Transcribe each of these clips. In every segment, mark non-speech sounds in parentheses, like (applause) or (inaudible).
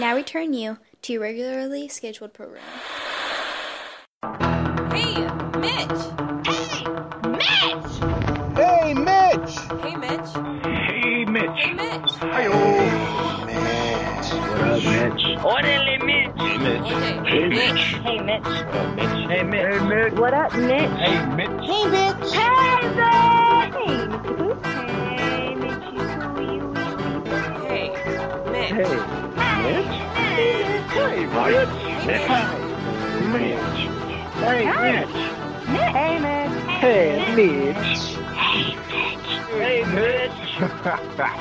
now return you to your regularly scheduled program. Hey, Mitch. Hey, Mitch! Hey, Mitch. Hey, Mitch. Hey, Mitch. Orderly Mitch. Hey, Mitch. Hey Mitch. Hey Mitch. Hey, Mitch. Hey, Mitch. What up, Mitch? Hey, Mitch. Hey Mitch. Hey Mitch. Hey Mitch. Hey, Mitch. Hey, Mitch. Hey, Mitch. Mitch. Hey, Mitch. Hey Mitch. Hey, Mitch. Hey, Mitch. (laughs)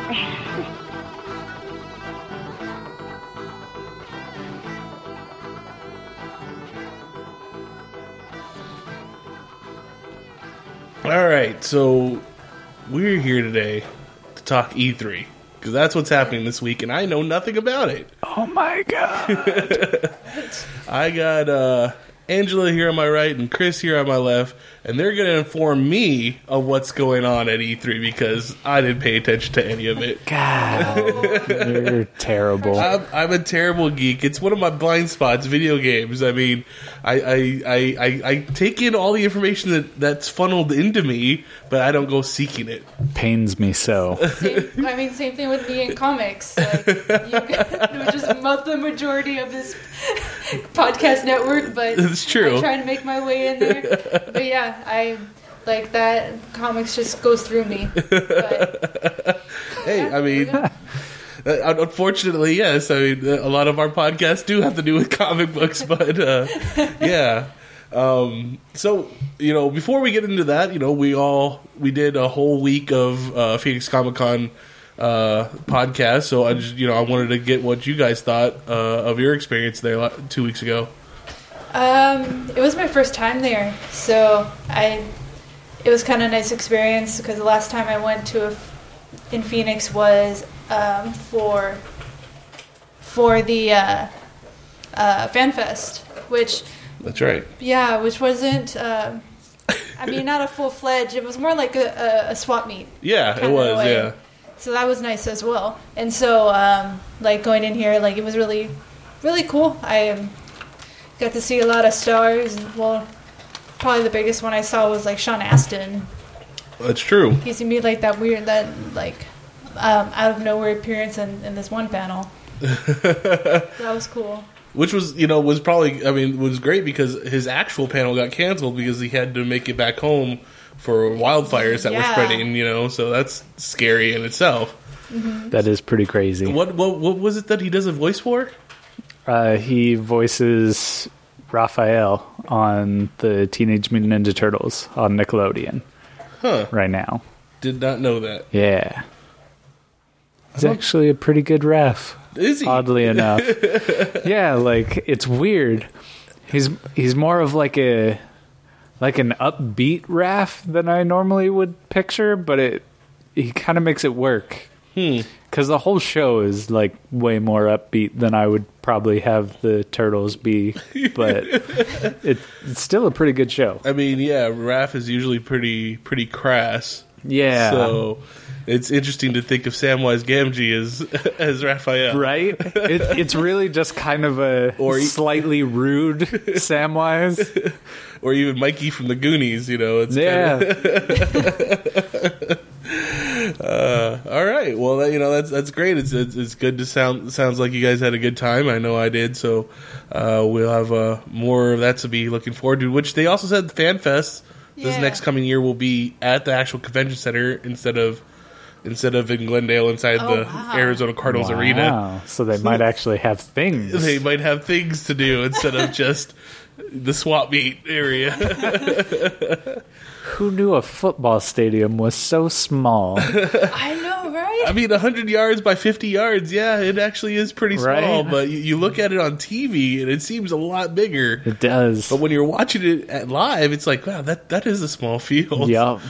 All right, so we're here today to talk E3 because that's what's happening this week, and I know nothing about it. Oh my God. (laughs) I got uh, Angela here on my right and Chris here on my left, and they're going to inform me of what's going on at E3 because I didn't pay attention to any of it. God. You're terrible. I'm, I'm a terrible geek. It's one of my blind spots. Video games. I mean, I I, I, I I take in all the information that that's funneled into me, but I don't go seeking it. Pains me so. (laughs) Same- I mean, same thing with me in comics. Like, (laughs) you (laughs) could, just mouth the majority of this podcast network, but It's true. I try to make my way in there. But yeah, I like that comics just goes through me. But, Hey, I mean. uh, Unfortunately, yes. I mean, uh, a lot of our podcasts do have to do with (laughs) comic books, but uh, yeah. Um, so you know, before we get into that, you know, we all we did a whole week of uh, Phoenix Comic Con uh, podcast. So I just you know I wanted to get what you guys thought uh, of your experience there la- two weeks ago. um, it was my first time there, so I it was kind of a nice experience because the last time I went to a f- in Phoenix was um, for for the uh, uh, fan fest, which That's right. Yeah, which wasn't. Uh, I mean, not a full fledged. It was more like a, a, a swap meet. Yeah, it kinda was. way. Yeah, So that was nice as well. And so, um, like going in here, like it was really, really cool. I um, got to see a lot of stars. And, well, probably the biggest one I saw was like Sean Astin. that's true. He seemed to be like that weird, that like um, out of nowhere appearance in, in this one panel. (laughs) that was cool. Which was you know was probably I mean was great because his actual panel got canceled because he had to make it back home for wildfires that were Yeah. spreading. You know, so that's scary in itself. That is pretty crazy. What what what was it that he does a voice for? Uh, he voices Raphael on the Teenage Mutant Ninja Turtles on Nickelodeon Huh. right now. Did not know that. Yeah. He's actually a pretty good ref, Is he? (laughs) oddly enough. Yeah, like it's weird. He's he's more of like a like an upbeat ref than I normally would picture, but it he kind of makes it work. Hmm. Cuz the whole show is like way more upbeat than I would probably have the turtles be, (laughs) but it, it's still a pretty good show. I mean, yeah, Raph is usually pretty pretty crass. Yeah. So it's interesting to think of Samwise Gamgee as (laughs) as Raphael. Right? It, it's really just kind of a Or- slightly (laughs) rude Samwise. Or even Mikey from the Goonies, you know. It's Yeah. kinda- all right. Well, that, you know, that's that's great. It's, it's it's good to sound sounds like you guys had a good time. I know I did. So uh, we'll have uh, more of that to be looking forward to, which they also said FanFest this Yeah. next coming year will be at the actual convention center instead of instead of in Glendale inside Oh, the wow. Arizona Cardinals arena. Wow. So they might actually have things. they might have things to do instead of just the swap meet area. (laughs) Who knew a football stadium was so small? I know, right? I mean, 100 yards by 50 yards, yeah, it actually is pretty small, Right. but you, you look at it on TV and it seems a lot bigger. (laughs) It does. But when you're watching it at live, it's like, wow, that, that is a small field. Yup.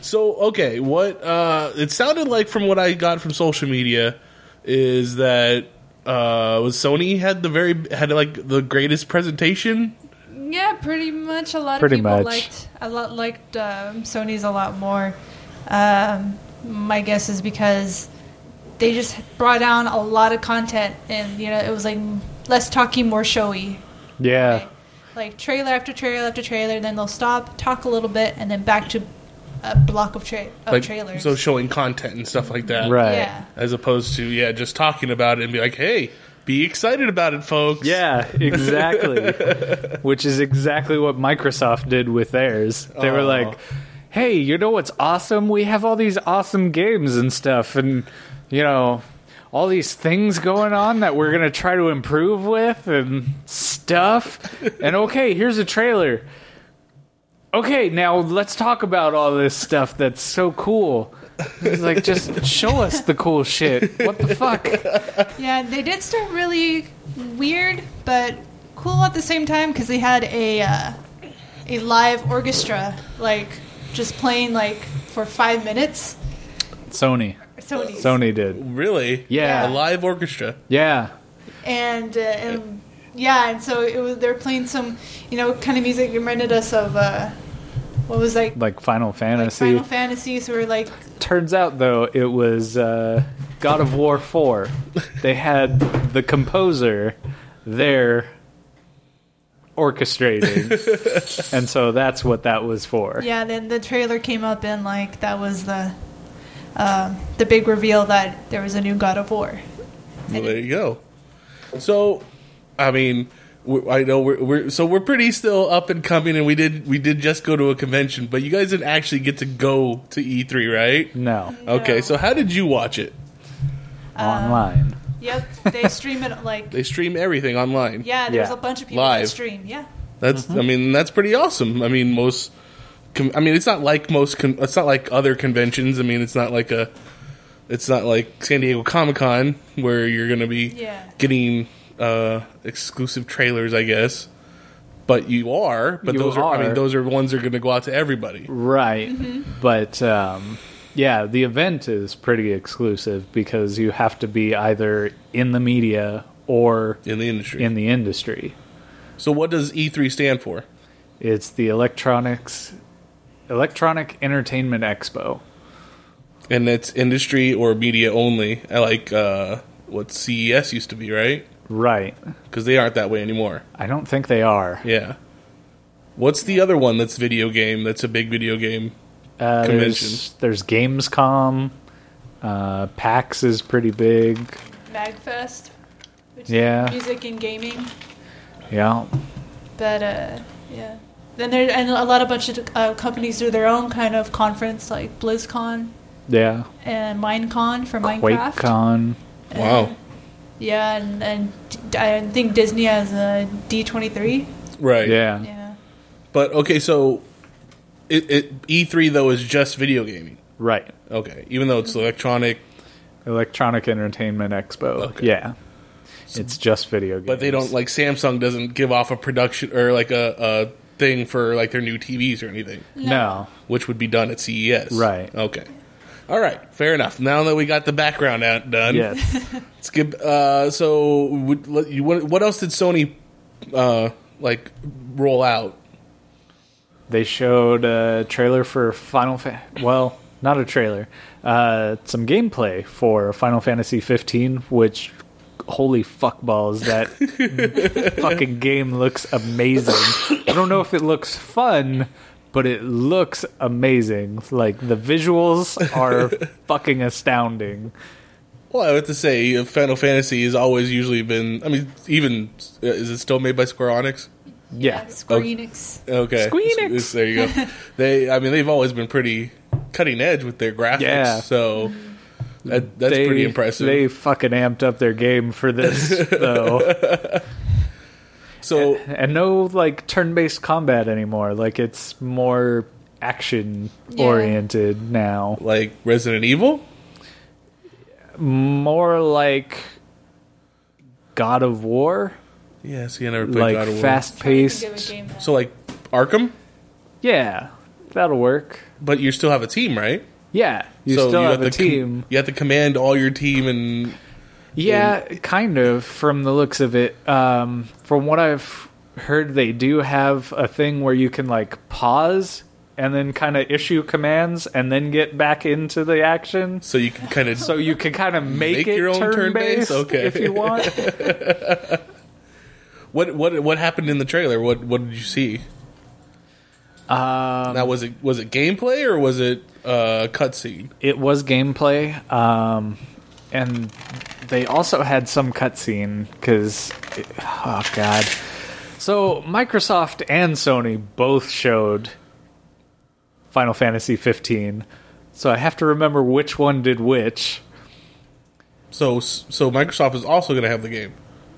So, okay, what uh, it sounded like from what I got from social media is that uh, was Sony had the very had like the greatest presentation. Yeah, pretty much. A lot Pretty of people much. liked a lot liked um, Sony's a lot more. Um, my guess is because they just brought down a lot of content, and you know it was like less talky, more showy. Yeah. Like trailer after trailer after trailer, then they'll stop, talk a little bit, and then back to a block of, tra- of like Oh, trailers. so showing content and stuff like that, Right. Yeah. As opposed to yeah, just talking about it and be like, hey, be excited about it, folks. Yeah, exactly. Which is exactly what Microsoft did with theirs. They were Oh. like, "Hey, you know what's awesome? We have all these awesome games and stuff and you know, all these things going on that we're going to try to improve with and stuff. And okay, here's a trailer. Okay, now let's talk about all this stuff that's so cool. It's like just show us the cool shit. What the fuck? Yeah, they did start really weird, but cool at the same time because they had a uh, a live orchestra like just playing like for five minutes. Sony. Sony. Sony did. Really? Yeah. A live orchestra. Yeah. and, uh, and yeah, and so it was. They were playing some, you know, kind of music that reminded us of uh, what was like, like Final like Fantasy. Final Fantasy. So we we're like, Turns out though, it was uh, God of War (laughs) four. They had the composer there (laughs) orchestrating, and so that's what that was for. yeah. Then the trailer came up, and like that was the um the big reveal that there was a new God of War. Well, there you go. So, I mean, we I know we're, we're so we're pretty still up and coming, and we did we did just go to a convention, but you guys didn't actually get to go to E three, right? No, Okay, so how did you watch it? uh, online. Yep, they stream it like They stream everything online. yeah. There's Yeah. a bunch of people Live. that stream. Yeah, That's I mean that's pretty awesome. I mean most com- I mean it's not like most con- it's not like other conventions. I mean it's not like a it's not like San Diego Comic Con where you're going to be Yeah. getting uh exclusive trailers, I guess. But you are, but You those are. I mean are. those are ones that are going to go out to everybody. Right, Mm-hmm. but um, yeah, the event is pretty exclusive because you have to be either in the media or In the industry. in the industry. so, what does E3 stand for? It's the electronics, electronic entertainment expo. And it's industry or media only, like uh, what CES used to be, right? Right. Because they aren't that way anymore. I don't think they are. Yeah. What's the other one that's video game? That's a big video game. Uh, there's, Convention. there's Gamescom. Uh, PAX is pretty big. Magfest. Which Yeah. Is music and gaming. Yeah. But uh, yeah. Then there and a lot of bunch of uh, companies do their own kind of conference like BlizzCon Yeah. and MineCon for Minecraft. QuakeCon. Wow. Yeah, and, and D- I think Disney has a D twenty three. Right. Yeah. Yeah. But okay, so it, it E3 though is just video gaming. Right. Okay, even though it's electronic, Electronic Entertainment Expo. Okay. Yeah. It's just video games. but they don't like Samsung doesn't give off a production or like a, a thing for like their new TVs or anything, No. which would be done at CES. Right. Okay. All right. Fair enough. Now that we got the background out done, Yes. let's give. Uh, so would, let you, what, what else did Sony uh, like roll out? they showed a trailer for Final Fa- Well, not a trailer. Uh, some gameplay for Final Fantasy 15, which. Holy fuck balls! That (laughs) fucking game looks amazing. I don't know if it looks fun, but it looks amazing. Like the visuals (laughs) are fucking astounding. Well, I have to say, uh, Final Fantasy has always usually been. I mean, even uh, is it still made by Square Enix? Yeah, Square Okay. Enix. Okay, Squeenix. It's- it's- There you (laughs) go. they, I mean, they've always been pretty cutting edge with their graphics. Yeah. So that, that's They- pretty impressive. They fucking amped up their game for this (laughs) though, so and no like turn-based combat anymore. Like it's more action oriented now. like Resident Evil. More like God of War, Yeah. See, I never played like God of War. fast-paced. Think of a game that- So like Arkham, Yeah, that'll work. but you still have a team, right? Yeah, you so still have a to com- team. you have to command all your team, and yeah, kind of from the looks of it. Um, from what I've heard, they do have a thing where you can like pause and then kind of issue commands and then get back into the action. So you can kind of So you can kind of make, Make it your own turn-based turn-based? Okay. if (laughs) you want. what what what happened in the trailer? What what did you see? Um, now was it was it gameplay or was it uh, cutscene? it was gameplay, um, and they also had some cutscene because, oh god. So Microsoft and Sony both showed Final Fantasy 15, so I have to remember which one did which. So so Microsoft is also going to have the game.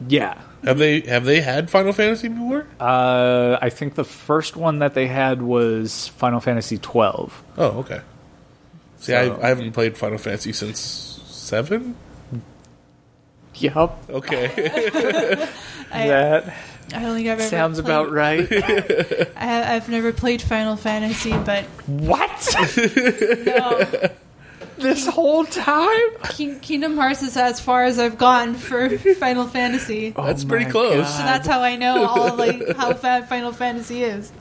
Yeah, Have they have they had Final Fantasy before? uh, I think the first one that they had was Final Fantasy 12. Oh, okay. See, I, I haven't played Final Fantasy since seven. Yup, Oh (laughs) Okay, I, that I don't think I've ever sounds played- about right. I, I've never played Final Fantasy, but (laughs) what? no, this whole time? King, Kingdom Hearts is as far as I've gone for (laughs) Final Fantasy. So Oh that's pretty my close. God. that's how I know all like how bad Final Fantasy is.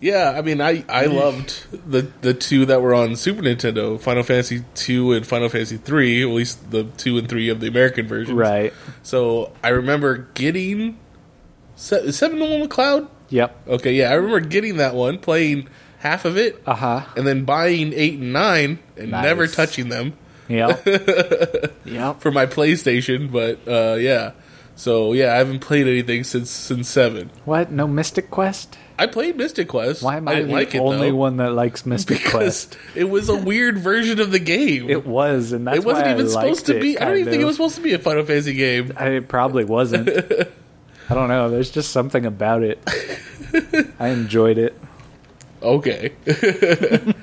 Yeah, I mean, I I loved the the two that were on Super Nintendo, Final Fantasy two and Final Fantasy three, at least the two and three of the American versions. Right. So I remember getting se- is seven the one with Cloud. Yep. Okay, yeah, I remember getting that one, playing half of it, Uh huh. and then buying eight and nine and Nice. never touching them. (laughs) Yep. yep. for my PlayStation, but uh, yeah. So yeah, I haven't played anything since since seven. What? No Mystic Quest? I played Mystic Quest. Why am I, didn't the like it, (laughs) only though, one that likes Mystic Because Quest? it was a weird version of the game. It was, and that's It wasn't why even I supposed liked to be. It, I don't kind even think it of. was supposed to be a Final Fantasy game. I- It (laughs) probably wasn't. I don't know. There's just something about it. I enjoyed it. Okay. (laughs)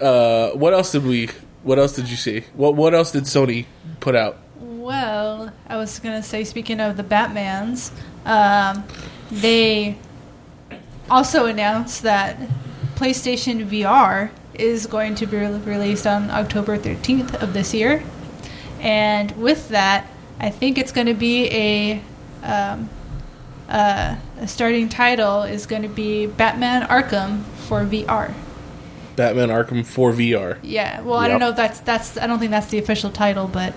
uh, what else did we? What else did you see? What What else did Sony put out? Well, I was gonna say, speaking of the Batman's, um, they also announced that PlayStation VR is going to be re- released on October 13th of this year, and with that, I think it's going to be a um, uh, a starting title is going to be Batman Arkham for VR. Batman Arkham Four VR. Yeah, well, I Yep. don't know if that's that's I don't think that's the official title, but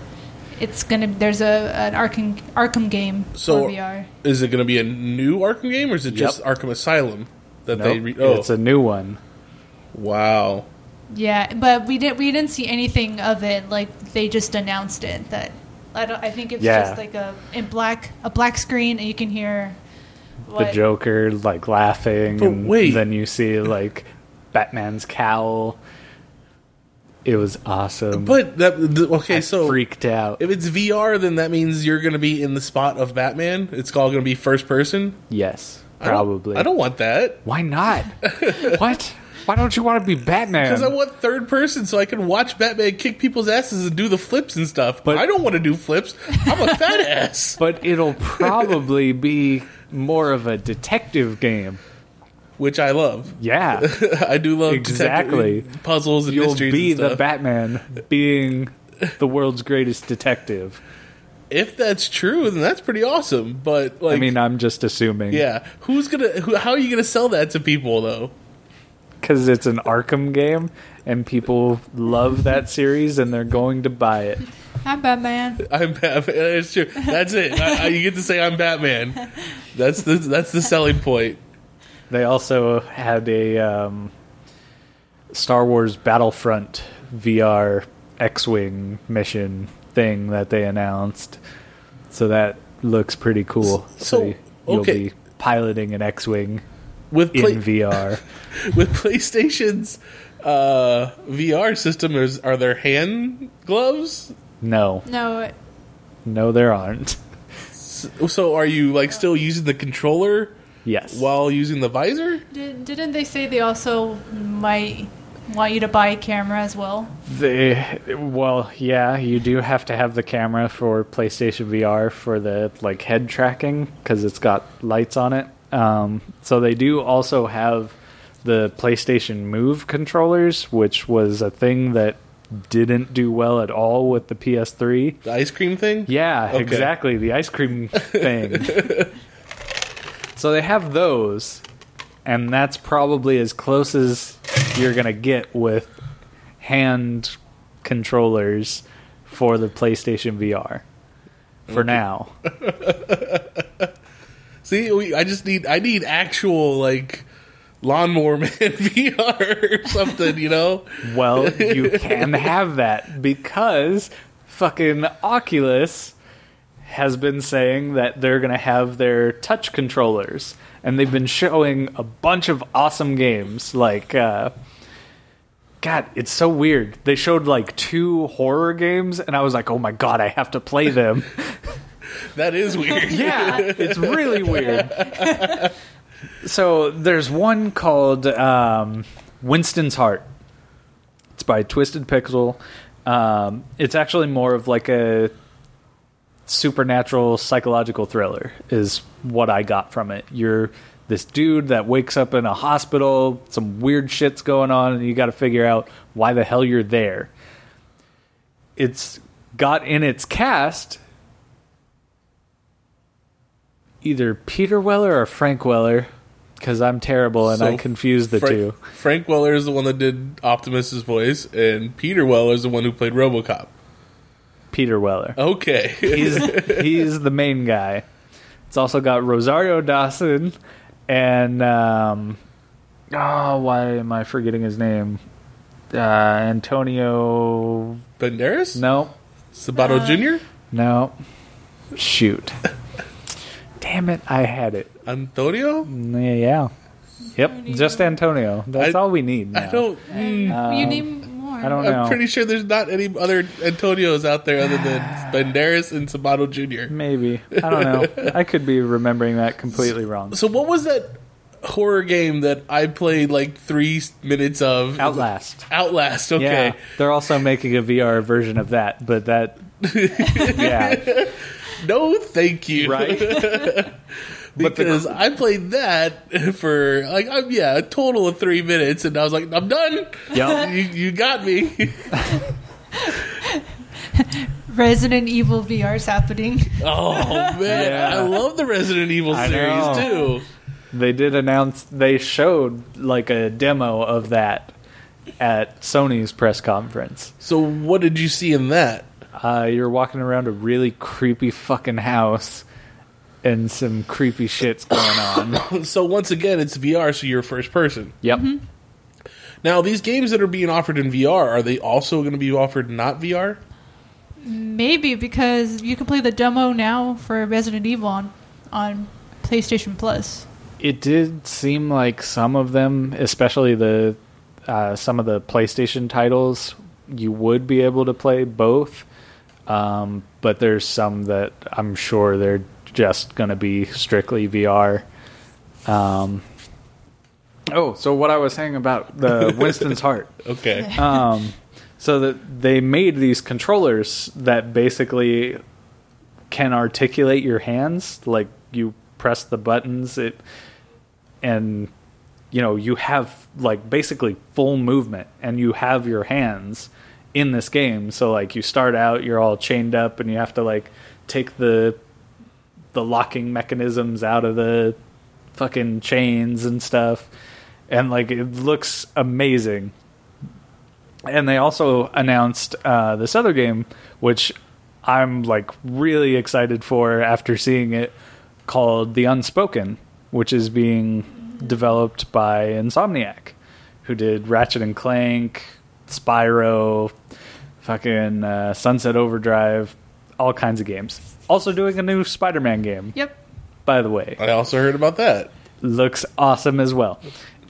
it's gonna there's a an Arkham Arkham game So for VR. is it going to be a new Arkham game, or is it just Yep. Arkham Asylum that they? Nope. Re- oh, It's a new one. wow. Yeah, but we didn't we didn't see anything of it. Like they just announced it that I don't I think it's Yeah. just like a in black a black screen and you can hear The what- Joker, like laughing, But and wait. then you see like Batman's cowl. It was awesome. But that th- okay, I so freaked out. if it's VR, then that means you're going to be in the spot of Batman. It's all going to be first person. yes, I don't- probably. I don't, want that (laughs) Why not? what? Why don't you want to be Batman? because I want third person so I can watch Batman kick people's asses and do the flips and stuff. But But- I don't want to do flips. I'm a fat (laughs) ass. but it'll probably be more of a detective game. which I love. Yeah. (laughs) I do love Exactly. detective puzzles and You'll mysteries. be and the stuff. Batman being the world's greatest detective. if that's true, then that's pretty awesome. But like, I mean, I'm just assuming. yeah, who's gonna? Who, how are you gonna sell that to people though? Because it's an Arkham game and people love that series and they're going to buy it. I'm Batman. I'm Batman. (laughs) That's true. That's it. I, I, you get to say I'm (laughs) Batman. That's the that's the selling point. They also had a um, Star Wars Battlefront VR X Wing mission thing that they announced. So that looks pretty cool. So, So, you'll okay. be piloting an X Wing With in play, VR. with PlayStation's uh, VR system, is, are there hand gloves? No, No, no, there aren't. So are you like still using the controller Yes. while using the visor? did, didn't they say they also might want you to buy a camera as well? They, well, yeah, you do have to have the camera for PlayStation VR for the like head tracking because it's got lights on it. Um, so they do also have the PlayStation Move controllers, which was a thing that didn't do well at all with the PS3. The ice cream thing? Yeah, Okay. (laughs) exactly. The ice cream thing. so they have those, and that's probably as close as you're gonna get with hand controllers for the PlayStation VR for now. See, we, I just need I need actual like lawnmower (laughs) man VR or something, you know? Well, you can have that because fucking Oculus has been saying that they're going to have their touch controllers and they've been showing a bunch of awesome games like uh God, it's so weird. They showed like two horror games and I was like, "Oh my god, I have to play them." That is weird. yeah, it's really weird. (laughs) so there's one called um, Winston's Heart. It's by Twisted Pixel. Um, it's actually more of like a supernatural psychological thriller, is what I got from it. You're this dude that wakes up in a hospital, some weird shit's going on, and you got to figure out why the hell you're there. It's got in its cast either Peter Weller or Frank Weller because I'm terrible and I So confuse the Frank, two. Frank Weller is the one that did Optimus's voice, and Peter Weller is the one who played RoboCop. Peter Weller. Okay, He's he's the main guy. It's also got Rosario Dawson and um oh why am I forgetting his name? Uh Antonio (laughs) Banderas, No. Sabato Jr., No. Shoot. Damn it, I had it. Antonio. Yeah. yeah. Yep, just Antonio. That's I- all we need now. I don't. hmm. Uh, you need more. Um, I don't know. I'm pretty sure there's not any other Antonios out there other (sighs) than Banderas and Sabato Jr. Maybe. I don't (laughs) know. I could be remembering that completely wrong. So what was that horror game that I played like three minutes of? Outlast. Outlast. Okay. Yeah. They're also making a VR version of that, but that Yeah. No, thank you. (laughs) Right? but the- because I played that for like I'm, yeah a total of three minutes, and I was like, I'm done. Yep. You, you got me. (laughs) Resident Evil VR's happening. (laughs) Oh man, Yeah. I love the Resident Evil I series know. too. They did announce they showed like a demo of that at Sony's press conference. So what did you see in that? Uh, you're walking around a really creepy fucking house and some creepy shit's going on. So once again, it's VR, so you're first person. Yep. Now these games that are being offered in VR are they also going to be offered not VR? Maybe because you can play the demo now for Resident Evil on, on PlayStation Plus. It did seem like some of them, especially the uh, some of the PlayStation titles, you would be able to play both. Um, but there's some that I'm sure they're just going to be strictly VR. Um, oh, so what I was saying about the Winston's Heart. Okay, Um, so that they made these controllers that basically can articulate your hands. Like you press the buttons, it and you know you have like basically full movement, and you have your hands in this game. So like you start out, you're all chained up, and you have to like take the the locking mechanisms out of the fucking chains and stuff. And like it looks amazing and they also announced uh, this other game, which I'm like really excited for after seeing it, called The Unspoken, which is being developed by Insomniac, who did Ratchet and Clank, Spyro, fucking uh, Sunset Overdrive, all kinds of games. Also doing a new Spider-Man game, Yep. by the way I also heard about that. looks awesome as well.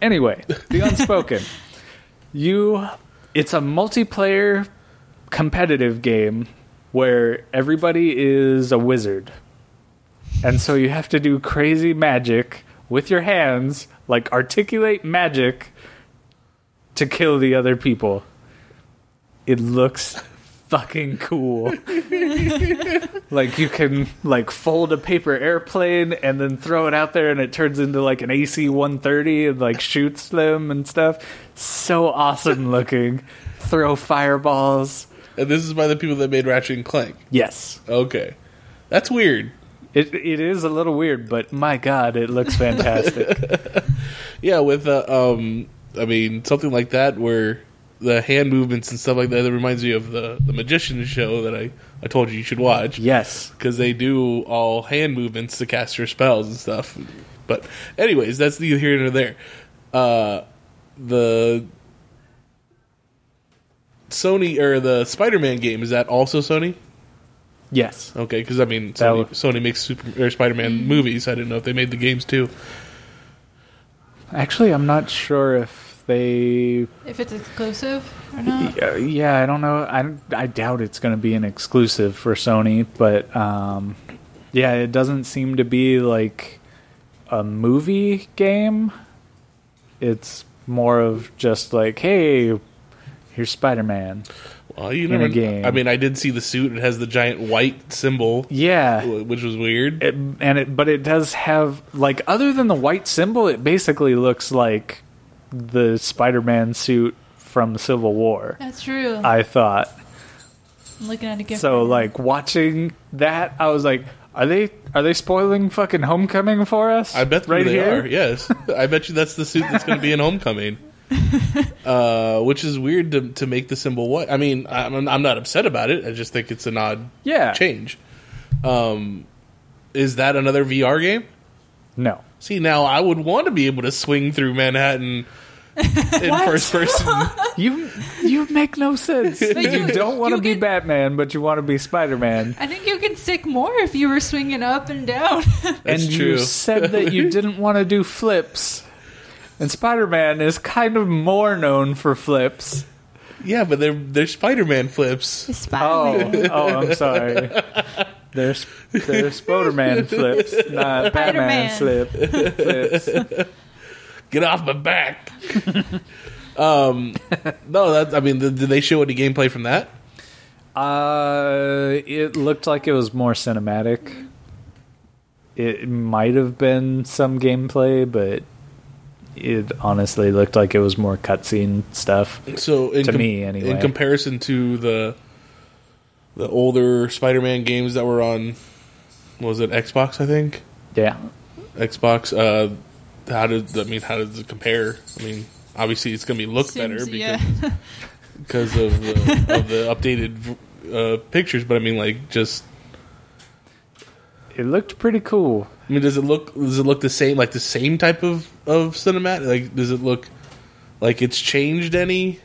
Anyway, the unspoken. you it's a multiplayer competitive game where everybody is a wizard. And so you have to do crazy magic with your hands, like articulate magic to kill the other people. It looks fucking cool. like you can like fold a paper airplane and then throw it out there and it turns into like an AC 130 and like shoots them and stuff. So awesome looking. throw fireballs. And this is by the people that made Ratchet and Clank. Yes. Okay, that's weird. It it is a little weird, but my god, it looks fantastic. Yeah, with uh, um, I mean something like that where the hand movements and stuff like that. That reminds me of the the magician show that I I told you you should watch (laughs) yes. because they do all hand movements to cast their spells and stuff. But anyways, that's neither here nor there. Uh, the Sony or the Spider-Man game is that also Sony? Yes. Okay, because I mean, That Sony, would- Sony makes Super or Spider-Man movies. I didn't know if they made the games too. Actually, I'm not sure if they If it's exclusive or not. Yeah, yeah, I don't know. I, I doubt it's going to be an exclusive for Sony, but um, yeah, it doesn't seem to be like a movie game. It's more of just like, hey, here's Spider Man. Well, you a never. game. I mean, I did see the suit. It has the giant white symbol, Yeah. wh- which was weird. It, and it, but it does have like other than the white symbol, it basically looks like the Spider-Man suit from Civil War. That's true. I, I thought. am looking at a gift. So right now. like watching that, I was like, are they are they spoiling fucking Homecoming for us? I bet you right they here. are. (laughs) Yes, I bet you that's the suit that's going to be in Homecoming. Uh, which is weird to to make the symbol white. I mean, I'm I'm not upset about it. I just think it's an odd Yeah. change. Um, is that another VR game? No. See, now I would want to be able to swing through (laughs) Manhattan in first person. You you make no sense. you you- don't want to you be get- Batman, but you want to be Spider Man. I think you could stick more if you were swinging up (laughs) and down. And That's you true. said (laughs) that you didn't want to do flips. And Spider Man is kind of more known for flips. Yeah, but they're they're Spider Man flips. Oh, oh, I'm sorry. There's there's Spider Man flips, not Batman Spider-Man. slip flips. get off my (laughs) back. um, no, that I mean, th- did they show any gameplay from that? Uh, it looked like it was more cinematic. It might have been some gameplay, but it honestly looked like it was more cutscene stuff. So, in To me, in anyway. comparison to the the older Spider-Man games that were on, what was it Xbox? I think Yeah, Xbox. Uh, how did I mean? How does it compare? I mean, obviously, it's going to be (laughs) look better Seems- because yeah. because of the, of (laughs) the updated v- uh, pictures. But I mean, like, just it looked pretty cool. I mean, does it look does it look the same like the same type of of cinematic? Like, does it look like it's changed any?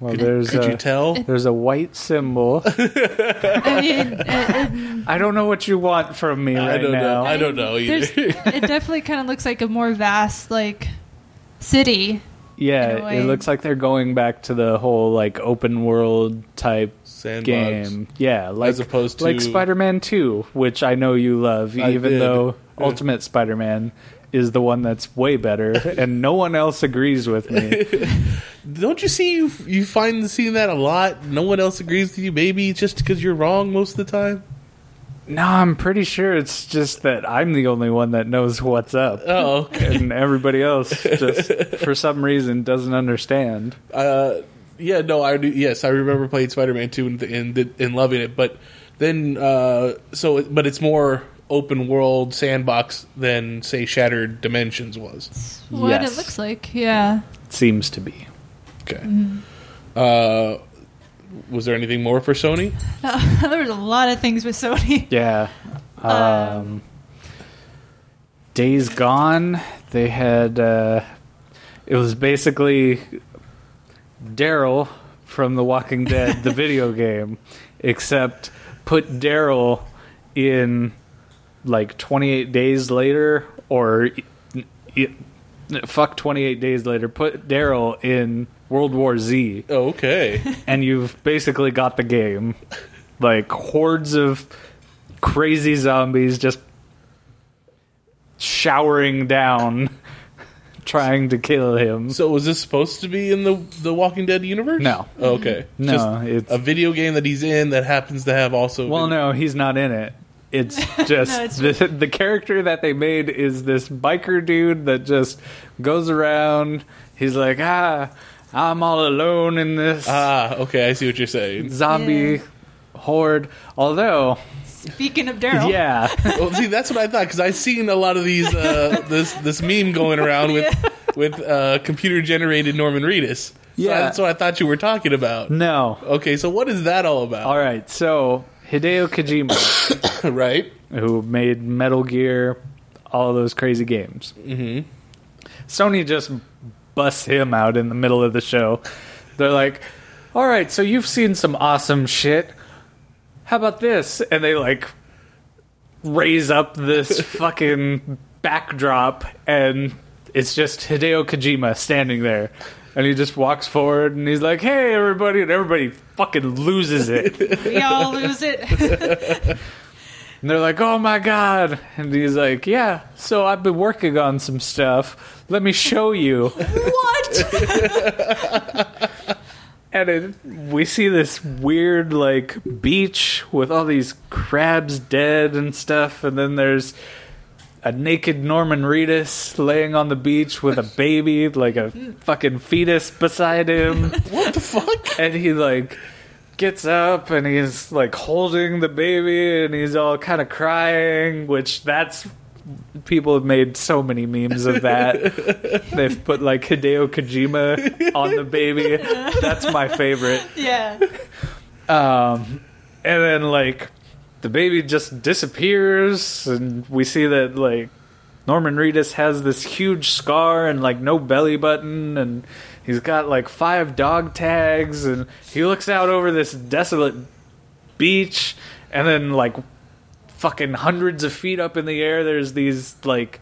Well, there's Could a you tell? (laughs) there's a white (laughs) symbol. I mean, it, it, I don't know what you want from me I right don't know. now. I don't know there's- either. it definitely kind of looks like a more vast like city. in a yeah, way. it looks like they're going back to the whole like open world type (laughs) Sandbox. game. Yeah, like As opposed to- like Spider-Man 2, which I know you love, I even did. though Yeah. Ultimate Spider-Man is the one that's (laughs) way better, and no one else agrees with me. Don't you see you you find seeing that a lot? No one else agrees with you. Maybe just because you're wrong most of the time. no, I'm pretty sure it's just that I'm the only one that knows what's up, Oh, okay. and everybody else (laughs) just for some reason doesn't understand. uh, yeah, no, I do. Yes, I remember playing Spider Man Two and, and and loving it, but then uh, so it- but it's more open world sandbox than say Shattered Dimensions was. What Yes. it looks like, yeah. (laughs) Seems to be. Okay. Mm-hmm. Uh, was there anything more for Sony? there was a lot of things with Sony. (laughs) Yeah. Um, Days Gone, they had. Uh, it was basically Daryl from The Walking Dead, the video game, except put Daryl in like 28 days later or. e- e- Fuck 28 days later. Put Daryl in World War Z Oh, (laughs) okay. and you've basically got the game. Like hordes of crazy zombies just showering down, (laughs) trying to kill him. so was this supposed to be in the the Walking Dead universe? Oh, No. Okay. No, Just it's- a video game that he's in that happens to have also. Well, no, he's not in it. (laughs) It's just it's the, the character that they made is this biker dude that just goes around. He's like, ah, I'm all alone in this Ah, okay. I see what you're saying. zombie Horde. Although, Speaking of Daryl. yeah, (laughs) Well, see, that's what I thought because I've seen a lot of these uh, this this meme going around with with uh, computer generated Norman Reedus. So Yeah. that's what I thought you were talking about. no. Okay, so what is that all about? All right, so Hideo Kojima. Right? who made Metal Gear, all those crazy games. Mm-hmm. Sony just busts him out in the middle of the show. They're like, "All right, so you've seen some awesome shit. How about this?" And they like raise up this fucking backdrop, and it's just Hideo Kojima standing there. And he just walks forward and he's like, "Hey, everybody!" and everybody fucking loses it. We all lose it. (laughs) And they're like, "Oh my god!" And he's like, "Yeah, so I've been working on some stuff. Let me show you." what? (laughs) and it, we see this weird like beach with all these crabs dead and stuff, and then there's a naked Norman Reedus laying on the beach with a baby, like a fucking fetus beside him. What the fuck? and he like gets up and he's like holding the baby and he's all kind of crying which that's people have made so many memes of that they've put like hideo kojima on the baby that's my favorite Yeah. um, and then like the baby just disappears, and we see that like Norman Reedus has this huge scar and like no belly button, and he's got like five dog tags, and he looks out over this desolate beach, and then like fucking hundreds of feet up in the air, there's these like.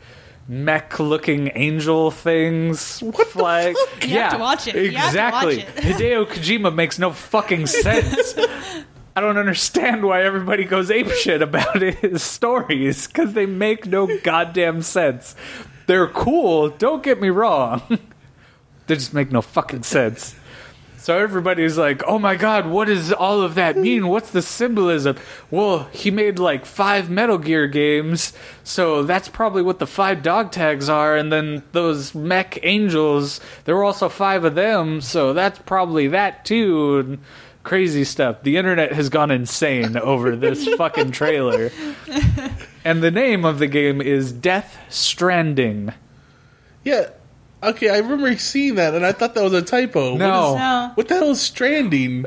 Mech looking angel things what flying. You yeah, have to watch it. You have to watch Exactly. it. (laughs) Hideo Kojima makes no fucking sense. I don't understand why everybody goes apeshit about (laughs) his stories because they make no goddamn sense. They're cool, don't get me wrong. (laughs) they just make no fucking sense. So everybody's like, oh my god, what does all of that mean? What's the symbolism? Well, he made like five Metal Gear games, so that's probably what the five dog tags are, and then those mech angels, there were also five of them, so that's probably that too. And crazy stuff. The internet has gone insane (laughs) over this fucking trailer. And the name of the game is Death Stranding. Yeah. Okay, I remember seeing that and I thought that was a typo. No. What, No. is, what the hell is stranding?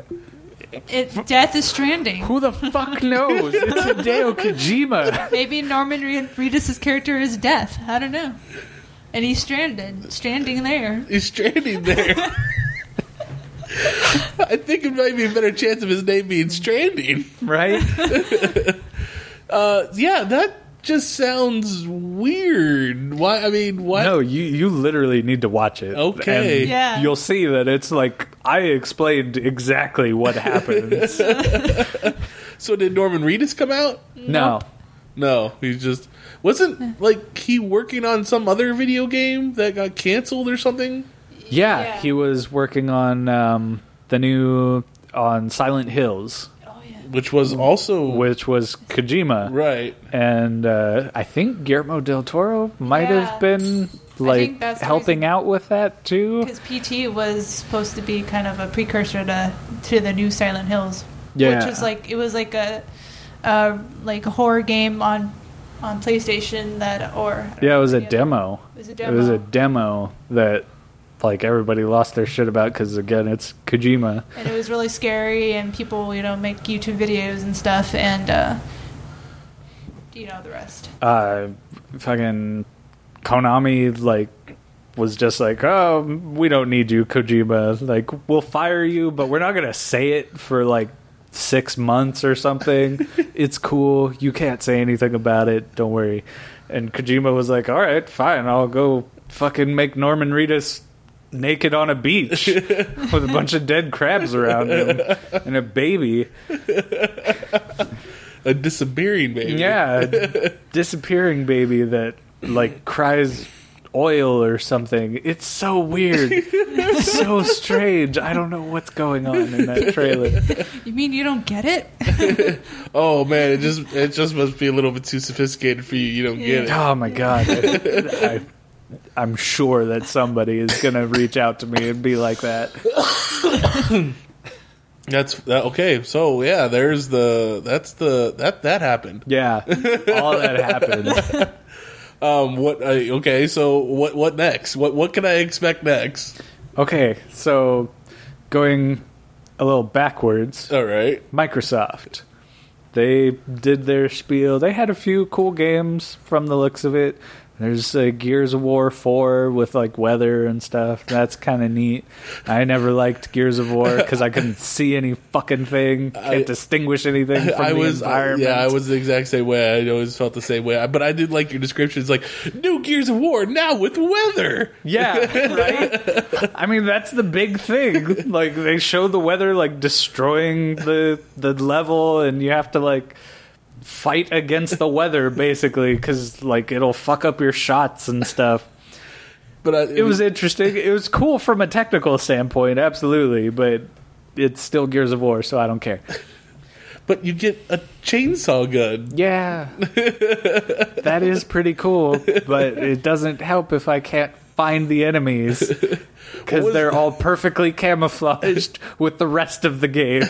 It's Death is Stranding. Who the fuck knows? It's Hideo Kojima. (laughs) Maybe Norman Re- Reedus' character is Death. I don't know. And he's stranded. Stranding there. Is stranding (laughs) there? I think it might be a better chance of his name being stranding. right? Uh, yeah, that just sounds weird. Why? I mean, why? No, you you literally need to watch it. Okay. And Yeah. You'll see that it's like I explained exactly what (laughs) happens. So did Norman Reedus come out? no. No, he's just wasn't like he working on some other video game that got canceled or something. Yeah, Yeah. he was working on um, the new on Silent Hills, Oh, Which was also which was Kojima. right. And uh, I think Guillermo del Toro might Yeah. have been think like that's the helping out with that too. Because PT was supposed to be kind of a precursor to to the new Silent Hills, Yeah. which is like it was like a, uh like a horror game on on PlayStation that or I don't Yeah, it know, was a any other- demo. It was a It was demo. a demo that like everybody lost their shit about because again, it's Kojima. and it was really scary and people you know make YouTube videos and stuff and uh, you know the rest. uh, fucking Konami like was just like, oh, we don't need you, Kojima. Like, we'll fire you, but we're not gonna say it for like six months or something. it's cool. You can't say anything about it. Don't worry. And Kojima was like, all right, fine. I'll go fucking make Norman Reedus naked on a beach with a bunch of dead crabs around him and a baby. A disappearing baby. Yeah, a disappearing baby that like cries oil or something. It's so weird, so strange. I don't know what's going on in that trailer. You mean you don't get it? Oh man, it just it just must be a little bit too sophisticated for you. You don't get it. Oh my god! I, I, am sure that somebody is gonna reach out to me and be like that. That's that, okay. So yeah, there's the that's the that that happened. Yeah, all that happened. Um, what? I, okay, so what? What next? What? What can I expect next? Okay, so going a little backwards, All right. Microsoft. They did their spiel. They had a few cool games from the looks of it. There's uh, Gears of War 4 with like weather and stuff. That's kind of neat. I never liked Gears of War because I couldn't see any fucking thing, can't I- distinguish anything (laughs) from I the was environment. yeah, I was the exact same way. I always felt the same way. I- But I did like your description. It's like new Gears of War now with weather. Yeah, right. I mean, that's the big thing. Like they show the weather like destroying the the level, and you have to like fight against the weather basically because like it'll fuck up your shots and stuff. But I, It was interesting. It was cool from a technical standpoint, absolutely, but it's still Gears of War, so I don't care. But you get a chainsaw gun. (laughs) Yeah, that is pretty cool, but it doesn't help if I can't find the enemies (laughs) What because was- they're all (laughs) perfectly camouflaged with the rest of the game.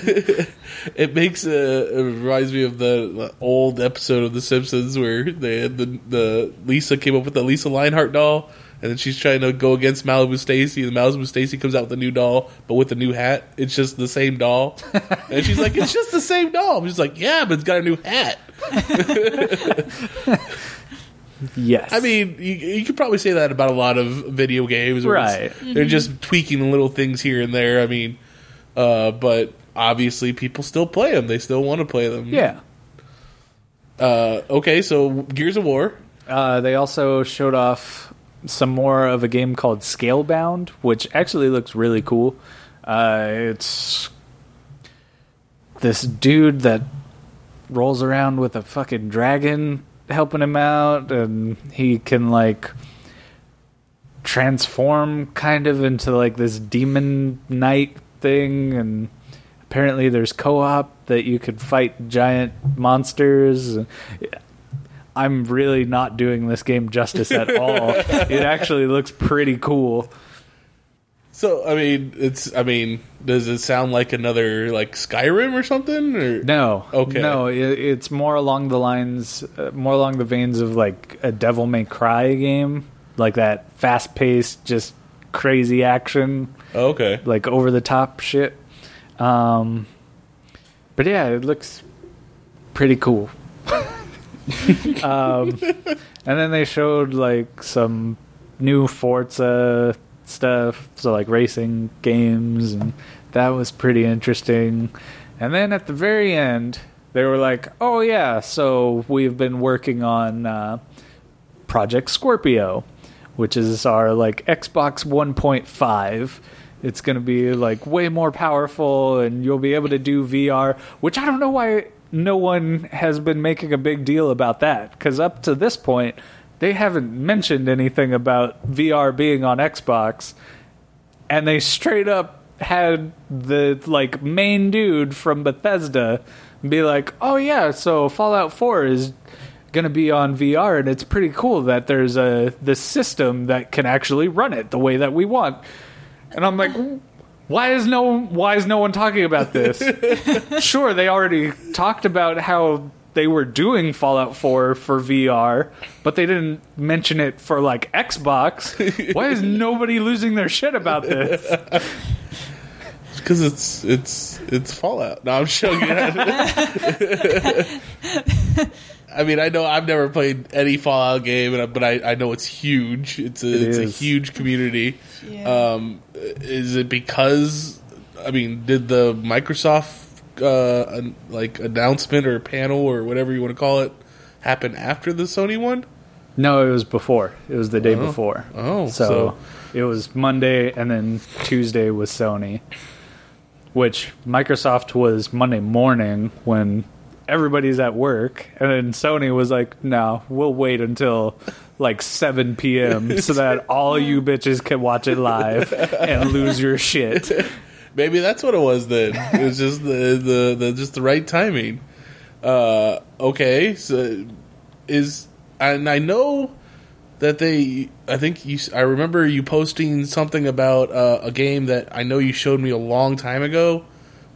It makes uh, it reminds me of the, the old episode of The Simpsons where they had the the Lisa came up with the Lisa Leinhart doll, and then she's trying to go against Malibu Stacy, and Malibu Stacy comes out with a new doll, but with a new hat. It's just the same doll, and she's like, "It's just the same doll." I'm just like, "Yeah, but it's got a new hat." Yes, I mean, you, you could probably say that about a lot of video games, where it's- Right. They're just tweaking little things here and there. I mean, uh, but obviously, people still play them. They still want to play them. yeah. Uh, okay, so Gears of War. Uh, they also showed off some more of a game called Scalebound, which actually looks really cool. Uh, it's this dude that rolls around with a fucking dragon helping him out, and he can like transform kind of into like this demon knight thing and apparently there's co-op that you could fight giant monsters i'm really not doing this game justice at all it actually looks pretty cool So I mean, it's I mean, does it sound like another like Skyrim or something? Or no Okay. no it, it's more along the lines uh, more along the veins of like a devil may cry game like that fast-paced just crazy action Oh, okay, like over the top shit. Um, but yeah, it looks pretty cool. (laughs) um, and then they showed like some new Forza stuff, so like racing games, and that was pretty interesting. And then at the very end, they were like, "Oh yeah, so we've been working on." Uh, Project Scorpio, which is our like Xbox 1.5. It's going to be like way more powerful and you'll be able to do VR, which I don't know why no one has been making a big deal about that cuz up to this point they haven't mentioned anything about VR being on Xbox and they straight up had the like main dude from Bethesda be like, "Oh yeah, so Fallout 4 is going to be on VR and it's pretty cool that there's a this system that can actually run it the way that we want." And I'm like, "Why is no why is no one talking about this?" sure, they already talked about how they were doing Fallout 4 for VR, but they didn't mention it for like Xbox. Why is nobody losing their shit about this? because it's it's it's Fallout. No, I'm showing you. (laughs) I mean, I know I've never played any Fallout game, and I, but I, I know it's huge. It's a it's is. a huge community. Yeah. Um, is it because I mean, did the Microsoft uh, an- like announcement or panel or whatever you want to call it happen after the Sony one? No, it was before. It was the day before. Oh, so, so- it was Monday, and then Tuesday was Sony, which Microsoft was Monday morning when everybody's at work, and then Sony was like, "No, we'll wait until like (laughs) 7 p.m. so that all you bitches can watch it live and lose your shit." Maybe that's what it was then. It was just the, the, the just the right timing. Uh, okay, so is and I know that they. I think you. I remember you posting something about uh, a game that I know you showed me a long time ago,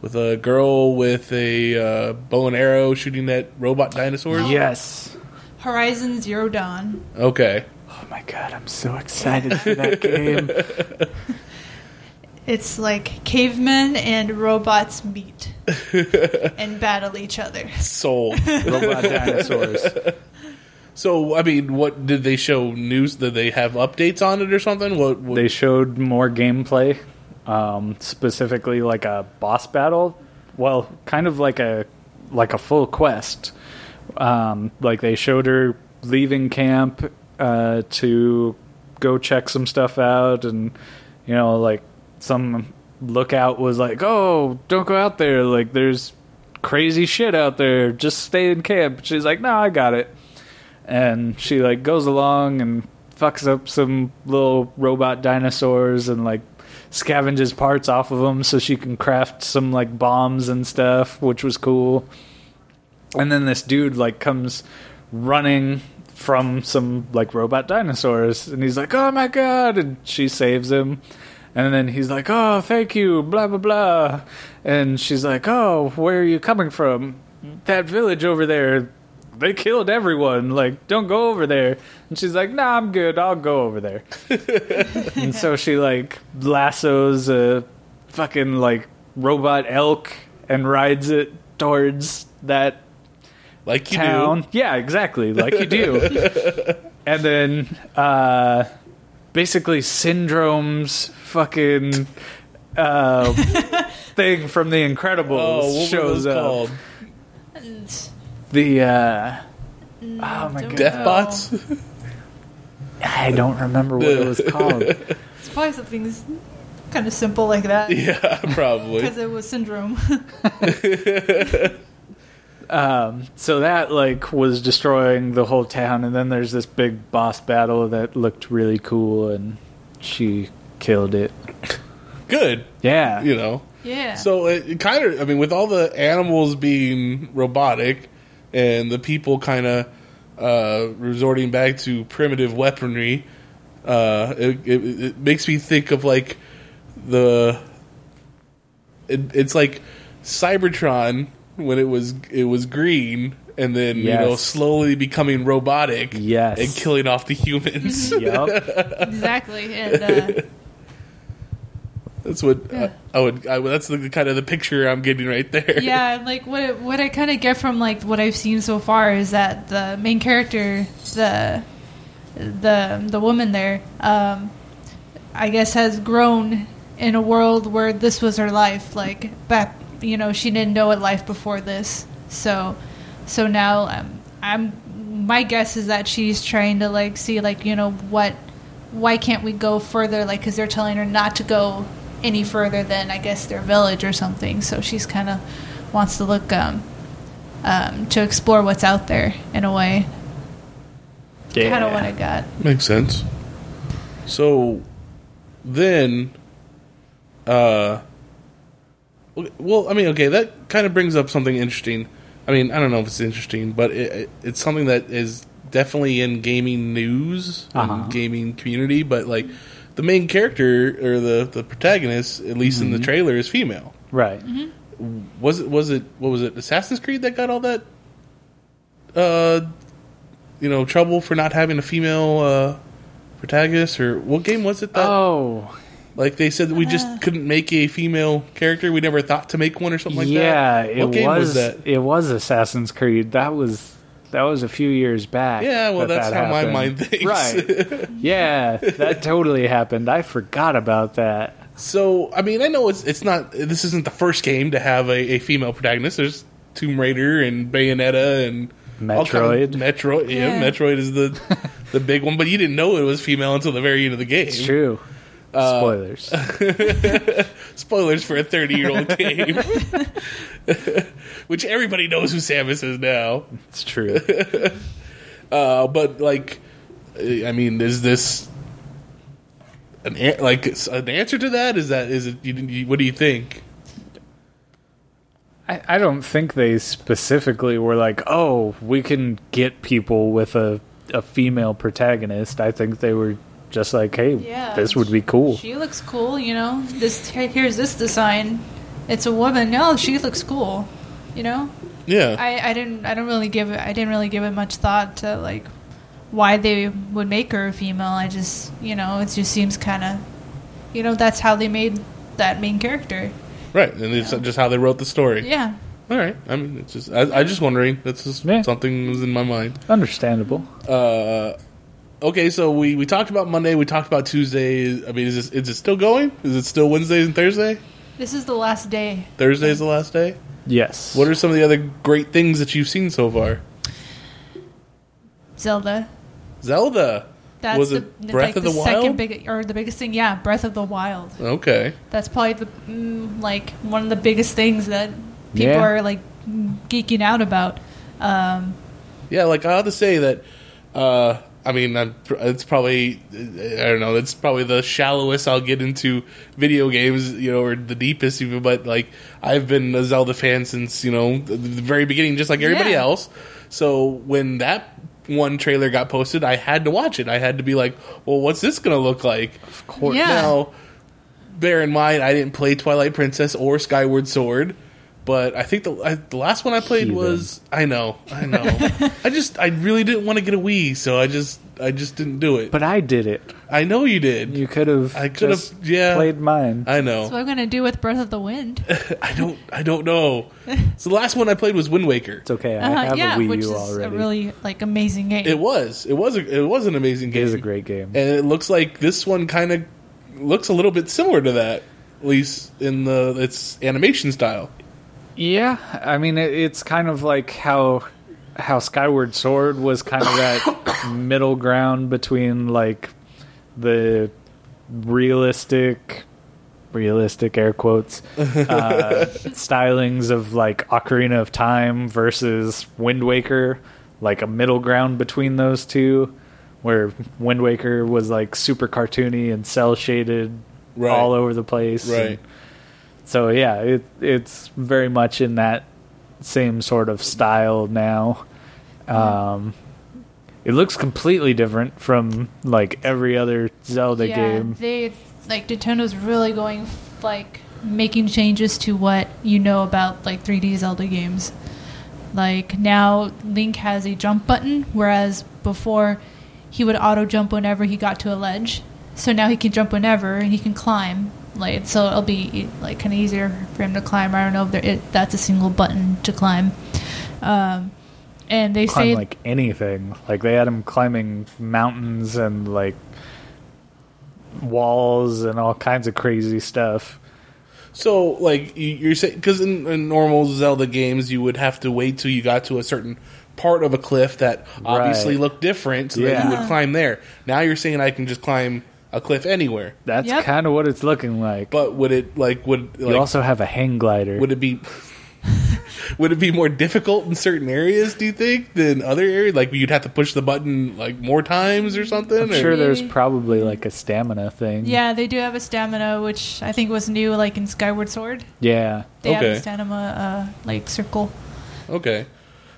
with a girl with a uh, bow and arrow shooting at robot dinosaurs. Yes. Horizon Zero Dawn. Okay. Oh my god, I'm so excited for that game. It's like cavemen and robots (laughs) meet and battle each other. Sold. Robot dinosaurs. (laughs) so, I mean, what did they show news? Did they have updates on it or something? What? what They showed more gameplay, um, specifically like a boss battle. Well, kind of like a like a full quest. Um, like they showed her leaving camp uh, to go check some stuff out, and you know, like some lookout was like, "Oh, don't go out there! Like there's crazy shit out there. Just stay in camp." She's like, "No, I got it." and she like goes along and fucks up some little robot dinosaurs and like scavenges parts off of them so she can craft some like bombs and stuff which was cool and then this dude like comes running from some like robot dinosaurs and he's like oh my god and she saves him and then he's like oh thank you blah blah blah and she's like oh where are you coming from that village over there they killed everyone like don't go over there and she's like nah i'm good i'll go over there and so she like lassos a fucking like robot elk and rides it towards that like you town. Yeah, exactly, like (laughs) you do. and then uh, basically Syndrome's fucking (laughs) uh, thing from The Incredibles do. Oh, what shows was up. called? And The uh, oh my Mm, don't god, know. Death (laughs) bots. I don't remember (laughs) what it was called. It's probably something kind of simple like that yeah, probably. because it was syndrome. (laughs) so that like was destroying the whole town and then there's this big boss battle that looked really cool and she (laughs) killed it Good. yeah You know. yeah. So it, it kind of, I mean, with all the animals being robotic and the people kind of uh, resorting back to primitive weaponry, uh, it, it, it makes me think of like the. It, it's like Cybertron when it was it was green and then you know Yes. slowly becoming robotic Yes. and killing off the (laughs) humans. Yup. exactly. (laughs) And uh, that's what uh, I, would. I, would- that's the kind of the picture I'm getting right there. yeah, and like what it, what I kind of get from like what I've seen so far is that the main character, the the the woman there, um, I guess has grown in a world where this was her life. Like back, you know, she didn't know a life before this. So, so now um, I'm. My guess is that she's trying to like see like you know what. Why can't we go further? Like, because they're telling her not to go any further than I guess their village or something. So she's kind of wants to look um, um, to explore what's out there in a way. yeah. Kind of what I got. (laughs) Makes sense. So then uh well, I mean, okay, that kind of brings up something interesting. I mean, I don't know if it's interesting, but it, it, it's something that is definitely in gaming news Uh-huh. and gaming community, but like the main character or the the protagonist, at least in the trailer, is female. right Was it was it what was it Assassin's Creed that got all that uh you know trouble for not having a female uh protagonist or what game was it that oh like they said that we just couldn't make a female character we never thought to make one or something like yeah that it what was, game was that it was assassin's creed that was that was a few years back yeah well that that's that how my happened. mind (laughs) thinks right yeah that totally happened i forgot about that so i mean i know it's it's not this isn't the first game to have a, a female protagonist there's tomb raider and bayonetta and all Metroid. kind of- metroid yeah, Yeah. metroid is (laughs) the the big one but you didn't know it was female until the very end of the game it's true Uh, (laughs) spoilers spoilers for a 30 year (laughs) old game (laughs) which everybody knows who samus is now it's true uh, but like eh, i mean is this an an- like s- an answer to that is that is it you, you, what do you think I, I don't think they specifically were like, oh, we can get people with a, a female protagonist. I think they were just like, hey, Yeah. this would be cool. She looks cool, you know. This here's this design. it's a woman. No, she looks cool. You know, Yeah. I, I didn't I don't really give it I didn't really give it much thought to like why they would make her a female. I just you know it just seems kind of you know that's how they made that main character. right. And it's just how they wrote the story. Yeah, All right. I mean, it's just, I, I just wondering. That's just Yeah. something was in my mind. Understandable. Uh, okay. So we, we talked about Monday. We talked about Tuesday. I mean, is this, is it still going? Is it still Wednesday and Thursday? this is the last day. Thursday's the last day? Yes. What are some of the other great things that you've seen so far? Zelda. Zelda. That's Was the, it Breath like of the Wild? second big or the biggest thing. Yeah, Breath of the Wild. Okay. That's probably the mm, like one of the biggest things that people Yeah. are like geeking out about. Um, Yeah, like I ought to say that. Uh, I mean, I'm, it's probably I don't know. It's probably the shallowest I'll get into video games, you know, or the deepest even. But like, I've been a Zelda fan since you know the the very beginning, just like everybody Yeah. else. So when that one trailer got posted, I had to watch it. I had to be like, well, what's this going to look like? of course. Yeah. Now, bear in mind, I didn't play Twilight Princess or Skyward Sword, but I think the I, the last one I played Heathen. was I know, I (laughs) know. I just I really didn't want to get a Wii, so I just I just didn't do it. But But I did it. I know you did. You could have. I could have- yeah. Played mine. I that's what know. I'm gonna do with Breath of the Wind. I don't. I don't (laughs) know. So the last one I played was Wind Waker. it's okay. I Uh-huh, have yeah, a Wii which U is already. a really like amazing game. It was. It was. A, it was an amazing it game. is a great game. And it looks like this one kind of looks a little bit similar to that, at least in the its animation style. Yeah, I mean it, it's kind of like how how Skyward Sword was kind of that (coughs) middle ground between like the realistic realistic air quotes uh, stylings of like Ocarina of Time versus Wind Waker, like a middle ground between those two where Wind Waker was like super cartoony and cell shaded Right. all over the place. and- Right. so yeah, it it's very much in that same sort of style now. Um, it looks completely different from like every other Zelda yeah, game. they like Nintendo's really going f- like making changes to what you know about like 3D Zelda games. Like now, Link has a jump button, whereas before he would auto jump whenever he got to a ledge. So now he can jump whenever and he can climb. Like so, it'll be e- like kind of easier for him to climb. I don't know if there, it, that's a single button to climb. Um, and they Climb say like anything. Like they had him climbing mountains and like walls and all kinds of crazy stuff. So, like you- you're saying, because in, in normal Zelda games, you would have to wait till you got to a certain part of a cliff that obviously Right. looked different, so that Yeah. you would climb there. Now you're saying I can just climb a cliff anywhere, That's Yep. kind of what it's looking like. but would it like would you like also have a hang glider. would it be (laughs) would it be more difficult in certain areas? Do you think than other areas? Like you'd have to push the button like more times or something? I'm or- sure there's Maybe. probably like a stamina thing. Yeah, they do have a stamina, which I think was new, like in Skyward Sword. Yeah. They have Okay. a stamina, uh, like circle. okay,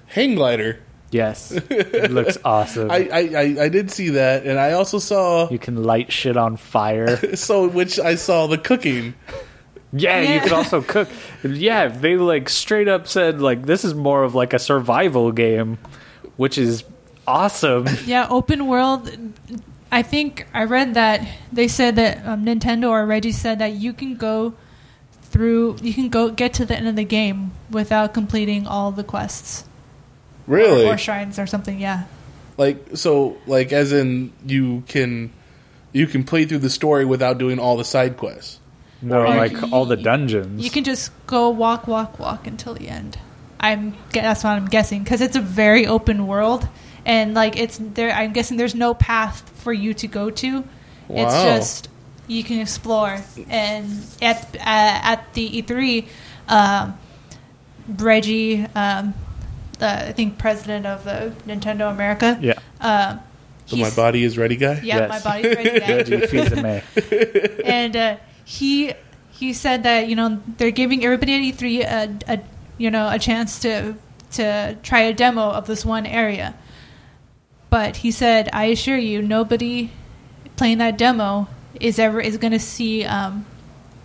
hang glider. Yes. it (laughs) looks awesome. I, I I I did see that, and I also saw. You can light shit on fire. So, which I saw the cooking. yeah, you could also cook. Yeah, they like straight up said like this is more of like a survival game, which is (laughs) awesome. Yeah, open world. I think I read that they said that um, Nintendo or Reggie said that you can go through, you can go get to the end of the game without completing all the quests Really? or shrines or something. Yeah, like so like as in you can you can play through the story without doing all the side quests. No, Or like you- all the dungeons. you can just go walk, walk, walk until the end. I'm gu- that's what I'm guessing because it's a very open world and like it's there. I'm guessing there's no path for you to go to. It's Wow. just you can explore. And at uh, at the E3, um, Reggie, um, the, I think president of the Nintendo America. yeah. Um, So he's- my body is ready, guy. Yeah, Yes. my (laughs) body's ready. yeah Reggie (laughs) Fils-Aimé. and uh, he he said that you know they're giving everybody at E3 a, a you know a chance to to try a demo of this one area. But he said, I assure you, nobody playing that demo is ever is going to see um,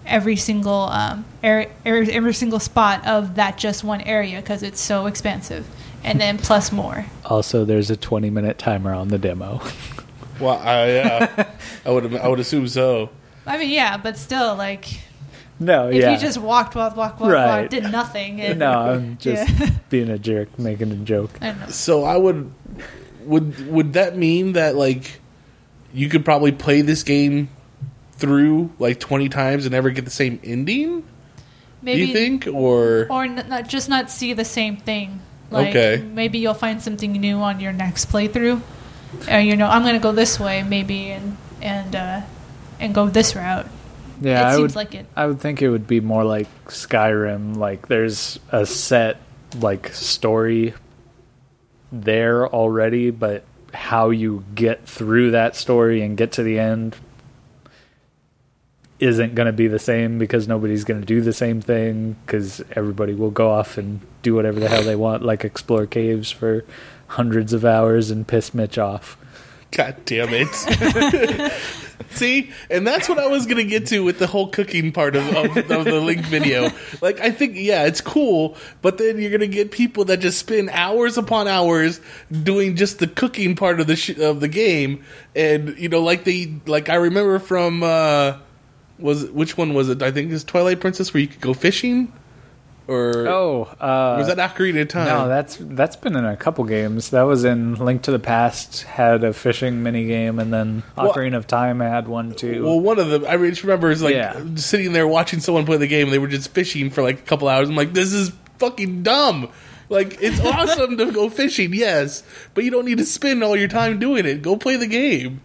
every single um, area, every single spot of that just one area because it's so expansive, and then plus more. Also, there's a 20 minute timer on the demo. Well, I, uh, I would I would assume so. I mean, yeah, but still, like no, if yeah. you just walked, walked, walked, walked, Right. walked did nothing. And, no, I'm just (laughs) Yeah. being a jerk, making a joke. I don't know. So I would would would that mean that like you could probably play this game through like 20 times and never get the same ending? Maybe do you think or or n- not, just not see the same thing. Like Okay. maybe you'll find something new on your next playthrough. Or you know, I'm gonna go this way maybe and and uh, and go this route. Yeah, it I seems would, like it. I would think it would be more like Skyrim. Like there's a set like story there already, but how you get through that story and get to the end isn't going to be the same because nobody's going to do the same thing because everybody will go off and do whatever the hell they want, like explore caves for hundreds of hours and piss Mitch off. god damn it. (laughs) See, and that's what I was gonna get to with the whole cooking part of, of, of the link video. Like, I think yeah, it's cool, but then you're gonna get people that just spend hours upon hours doing just the cooking part of the sh- of the game, and you know, like they like I remember from uh, was which one was it? I think it's Twilight Princess where you could go fishing, or Oh, uh, was that Ocarina of Time? No, that's that's been in a couple games. That was in Link to the Past had a fishing mini game, and then Well- Ocarina of Time had one too. Well, one of them, I just remember is like Yeah. sitting there watching someone play the game. They were just fishing for like a couple hours. I'm like, this is fucking dumb. Like, (laughs) it's awesome to go fishing, yes, but you don't need to spend all your time doing it. Go play the game,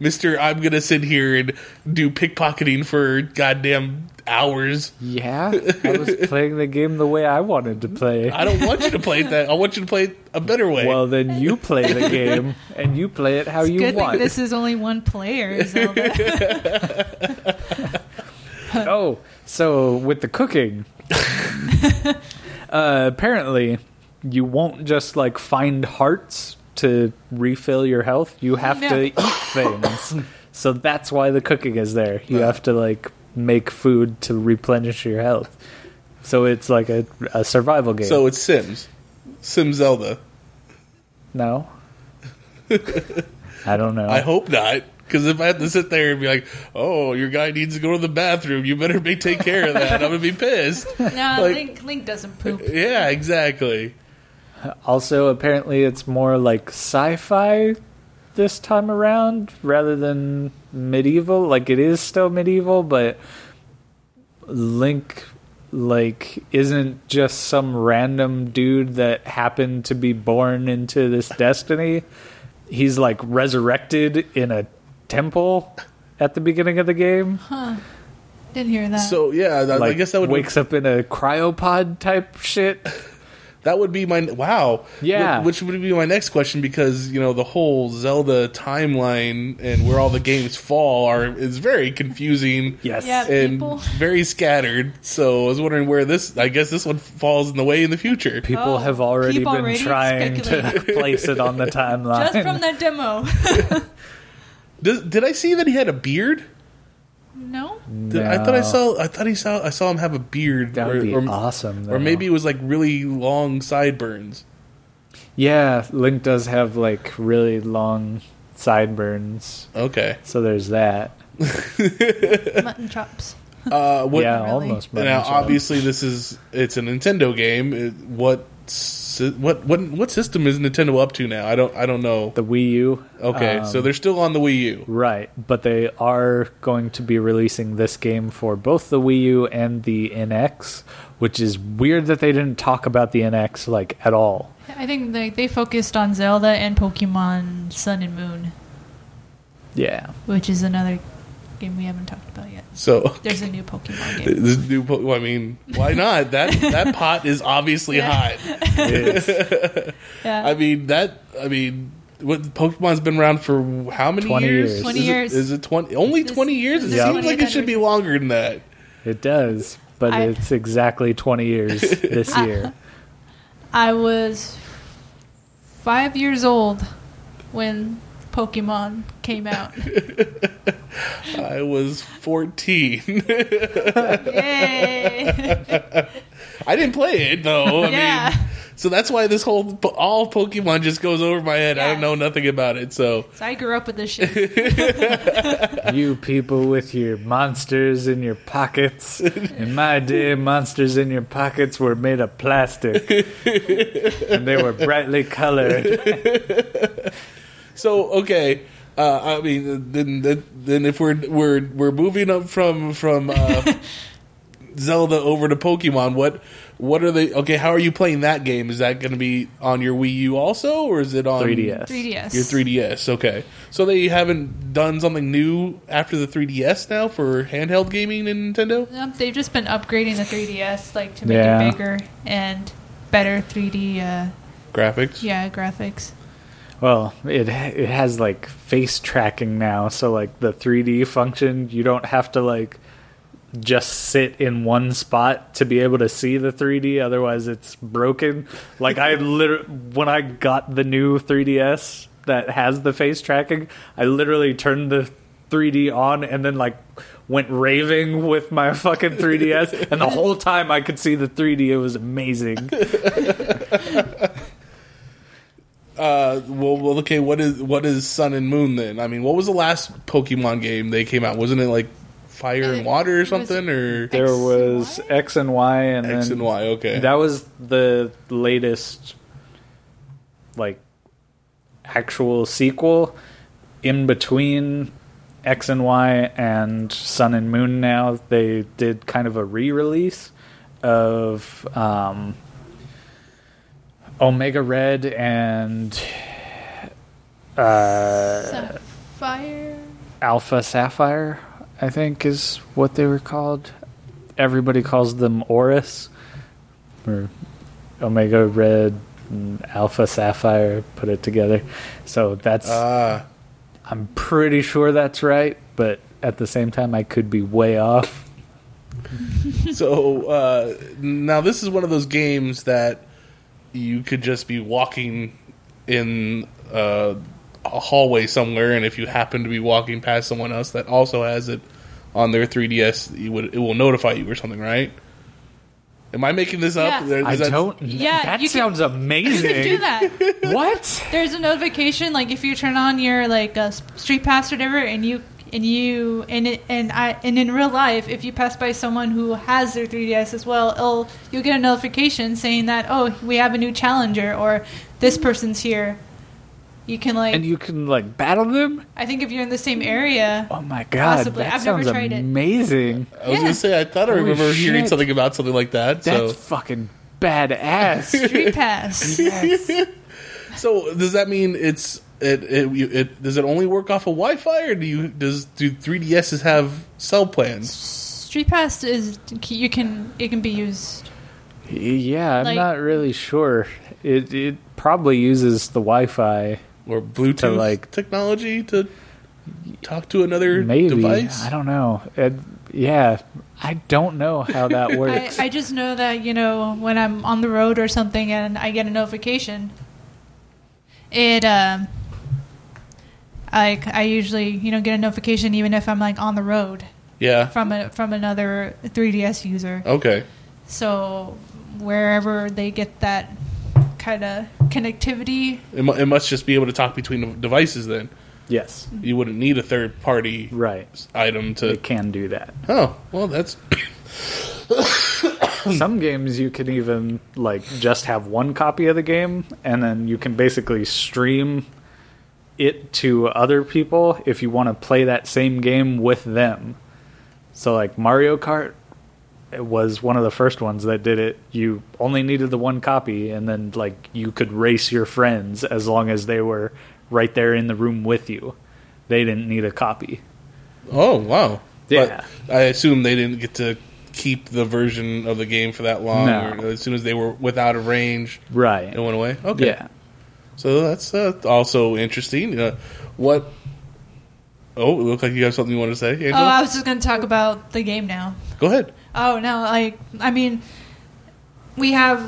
Mister. I'm gonna sit here and do pickpocketing for goddamn hours. yeah, I was playing the game the way I wanted to play. I don't want you to (laughs) play it that. I want you to play it a better way. Well, then you play the game and you play it how you Good want. thing this is only one (laughs) player. Zelda. oh, so with the cooking, uh, apparently you won't just like find hearts to refill your health. You have No. to eat things. so that's why the cooking is there. You have to like make food to replenish your health. So it's like a, a survival game. so it's Sims, Sim Zelda. (laughs) no. I don't know. I hope not. Because if I had to sit there and be like, "Oh, your guy needs to go to the bathroom. You better be take care of that," I'm gonna be pissed. no, Like- Link Link doesn't poop. Yeah, exactly. Also, apparently, it's more like sci fi this time around rather than medieval. Like, it is still medieval, but Link, like, isn't just some random dude that happened to be born into this destiny. He's, like, resurrected in a temple at the beginning of the game. Didn't hear that. So yeah, I- I guess that would wakes up in a cryopod type shit. that would be my wow. Yeah. Wh- which would be my next question because you know the whole Zelda timeline and where all the games fall are is very confusing. Yes. Yeah. And People- very scattered, so I was wondering where this. I guess this one falls in the way in the future. People Oh, have already people been already trying to speculating. (laughs) place it on the timeline. (laughs) just (laughs) from that demo. Does, did I see that he had a beard? no, Did- I thought I No. saw. I thought he saw. I saw him have a beard. That would or, be or- awesome. Though. or maybe it was like really long sideburns. yeah, Link does have like really long sideburns, Okay. so there's that. mutton chops. Uh, what, yeah, Really? almost. mutton Now, chops. obviously, this is it's a Nintendo game. It- What si- what what what system is Nintendo up to now? I don't I don't know. the Wii U. Okay, um, so they're still on the Wii U. right, but they are going to be releasing this game for both the Wii U and the NX, which is weird that they didn't talk about the NX like at all. I think they they focused on Zelda and Pokemon Sun and Moon, (laughs) Yeah, which is another game we haven't talked about yet. So (laughs) There's a new Pokemon game. this new. po- well, I mean, why not? That that pot is obviously hot. Yeah. I mean that. I mean. What Pokemon's been around for how many 20 years? years. Is it- 20 years. Is it twenty? Only This- twenty years? It this seems like it should be longer than that. it does, but I- it's exactly 20 years this year. I was five years old when Pokemon came out. I was 14. Yay. (laughs) I didn't play it though. I Yeah. mean, so that's why this whole po- all Pokemon just goes over my head. I don't Yeah. know nothing about it. So so I grew up with this shit. You people with your monsters in your pockets. In my day, monsters in your pockets were made of plastic. and they were brightly colored. so okay. Uh, I mean, then then- then if we're we're we're moving up from from uh, Zelda over to Pokemon, what what are they? Okay, how are you playing that game? Is that going to be on your Wii U also, or is it on 3DS. 3DS. Your 3DS, okay. So they haven't done something new after the 3DS now for handheld gaming in Nintendo. Nope, they've just been upgrading the 3DS like to make Yeah. it bigger and better 3D uh, Graphics, yeah graphics. Well, it it has like face tracking now, so like the 3D function, you don't have to like just sit in one spot to be able to see the 3D. Otherwise, it's broken. Like (laughs) I literally, when I got the new 3DS that has the face tracking, I literally turned the 3D on and then like went raving with my fucking 3DS, and the whole time I could see the 3D. It was amazing. Uh, well, well, okay. What is what is Sun and Moon then? I mean, what was the last Pokemon game they came out? Wasn't it like Fire and Uh, Water or it was- something? Or There was X and Y, and X then and Y? Okay, That was the latest, like, actual sequel in between X and Y and Sun and Moon. Now they did kind of a re-release of um, Omega Red and uh, Sapphire. Alpha Sapphire. I think is what they were called. Everybody calls them Oris or Omega Red and Alpha Sapphire put it together. So that's Ah. I'm pretty sure that's right, but at the same time I could be way off. so uh, now this is one of those games that you could just be walking in uh, a hallway somewhere, and if you happen to be walking past someone else that also has it on their 3DS, you would it will notify you or something, right? Am I making this up? Yeah. There- I is that- don't Yeah, that you can- sounds You amazing. can do that. What? There's a notification like if you turn on your like uh, s- street pass or whatever, and you and you and it, and I and in real life, if you pass by someone who has their 3ds as well, it'll, you'll get a notification saying that oh we have a new challenger or this person's here. You can like And you can like battle them? I think if you're in the same area, Oh my god, Possibly. that I've never sounds tried it. amazing. I was Yeah. gonna say I thought I Holy remember hearing shit. something about something like that. That's So, fucking badass. street pass. (laughs) so does that mean it's it, it you- it does it only work off of Wi-Fi or do you does do 3DSs have cell plans? street pass is you can it can be used. yeah, I'm Like- not really sure. It it probably uses the Wi-Fi. or Bluetooth To, like- technology to talk to another Maybe device. I don't know. It, yeah, I don't know how that (laughs) I, works. I just know that you know when I'm on the road or something and I get a notification, it um, I I usually you know get a notification even if I'm like on the road yeah. from a from another 3ds user. Okay. So wherever they get that kind of connectivity, It, mu- it must just be able to talk between the devices. Then yes, you wouldn't need a third party right. item to. It can do that. Oh well, that's Some games you can even like just have one copy of the game, and then you can basically stream it to other people if you want to play that same game with them. So like Mario Kart it was one of the first ones that did it. You only needed the one copy, and then like you could race your friends as long as they were right there in the room with you. They didn't need a copy. oh wow. Yeah. But I assume they didn't get to keep the version of the game for that long. No. or as soon as they were without a range, Right. it went away. Okay. Yeah. So that's uh, also interesting. Uh, what? Oh, it looked like you have something you want to say, oh, Angela. I was just gonna talk about the game now. Go ahead. Oh no! Like I mean, we have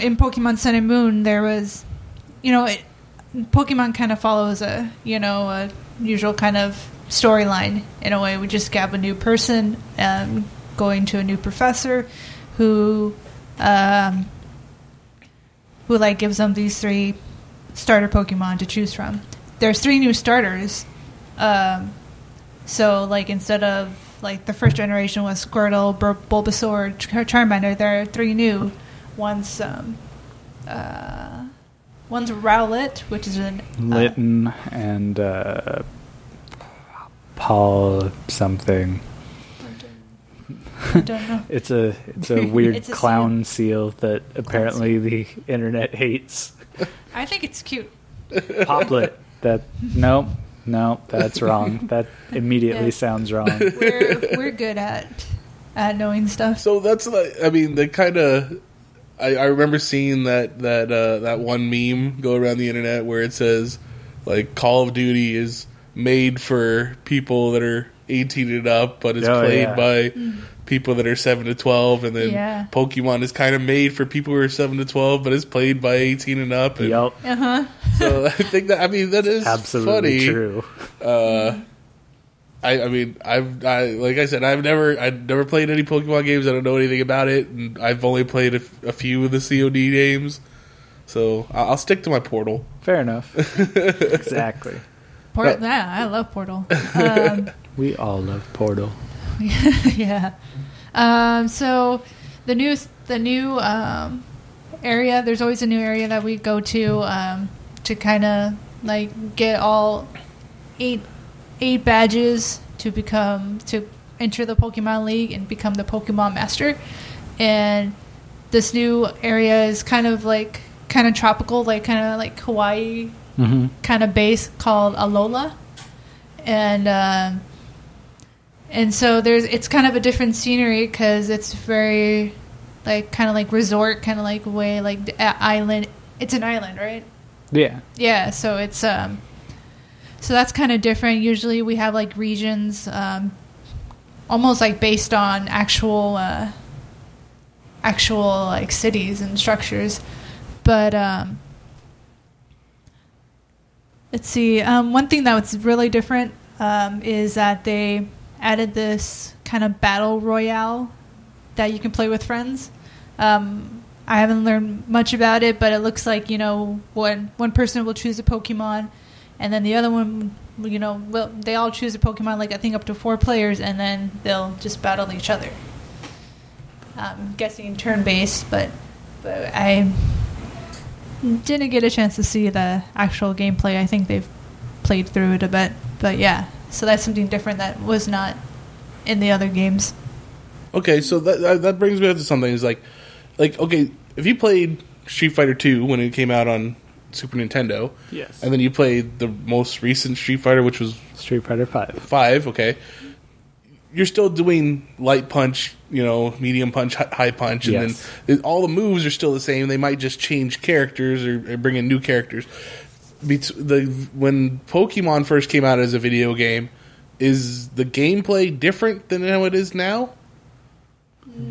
in Pokemon Sun and Moon there was, you know, it, Pokemon kind of follows a you know a usual kind of storyline in a way. We just got a new person um, going to a new professor who um, who like gives them these three starter Pokemon to choose from. There's three new starters. Um, so like instead of like the first generation was Squirtle, Bur- Bulbasaur, Char- Charmander, there are three new. One's um, uh, one's Rowlet, which is an uh, Litton and uh, Paul something. (laughs) I don't know. It's a it's (laughs) a weird It's a clown seal. that apparently the internet (laughs) hates. I think it's cute. Poplet. That no no that's (laughs) wrong. That immediately Yeah. sounds (laughs) wrong. We're we're good at at knowing stuff. So that's like, I mean, they kind of. I, I remember seeing that that uh, that one meme go around the internet where it says, like, Call of Duty is made for people that are eighteen and up, but it's Oh, played yeah. by people that are seven to twelve, and then Yeah. Pokemon is kind of made for people who are seven to twelve, but it's played by eighteen and up. And Yup, Uh huh. So I think that I mean that is absolutely funny. true. Uh, I, I mean, I've I, like I said, I've never I've never played any Pokemon games. I don't know anything about it, and I've only played a, f- a few of the COD games. So I- I'll stick to my Portal. Fair (laughs) enough. exactly. Portal. Yeah, I love Portal. Um, We all love Portal. (laughs) yeah. Um, so the new the new um, area. There's always a new area that we go to um, to kind of like get all eight eight badges to become to enter the Pokemon League and become the Pokemon Master. And this new area is kind of like kind of tropical, like kind of like Hawaii Mm-hmm. kind of base called Alola, and um, and so there's it's kind of a different scenery because it's very like kind of like resort kind of like way like the a- island. It's an island, right? Yeah. Yeah. So it's um, so that's kind of different. Usually we have like regions, um, almost like based on actual uh, actual like cities and structures, but um. Let's see. Um, one thing that was really different um, is that they added this kind of battle royale that you can play with friends. Um, I haven't learned much about it, but it looks like you know one one person will choose a Pokemon, and then the other one, you know, will they all choose a Pokemon? Like I think up to four players, and then they'll just battle each other. I'm guessing turn based, but but I didn't get a chance to see the actual gameplay. I think they've played through it a bit, but yeah. So that's something different that was not in the other games. Okay, so that that, that brings me up to something. Is like, like okay, if you played Street Fighter Two when it came out on Super Nintendo, Yes. and then you played the most recent Street Fighter, which was Street Fighter Five. five, okay, you're still doing light punch, you know, medium punch, hi- high punch, and Yes. then all the moves are still the same. They might just change characters or, or bring in new characters. Bet- the when Pokemon first came out as a video game, is the gameplay different than how it is now?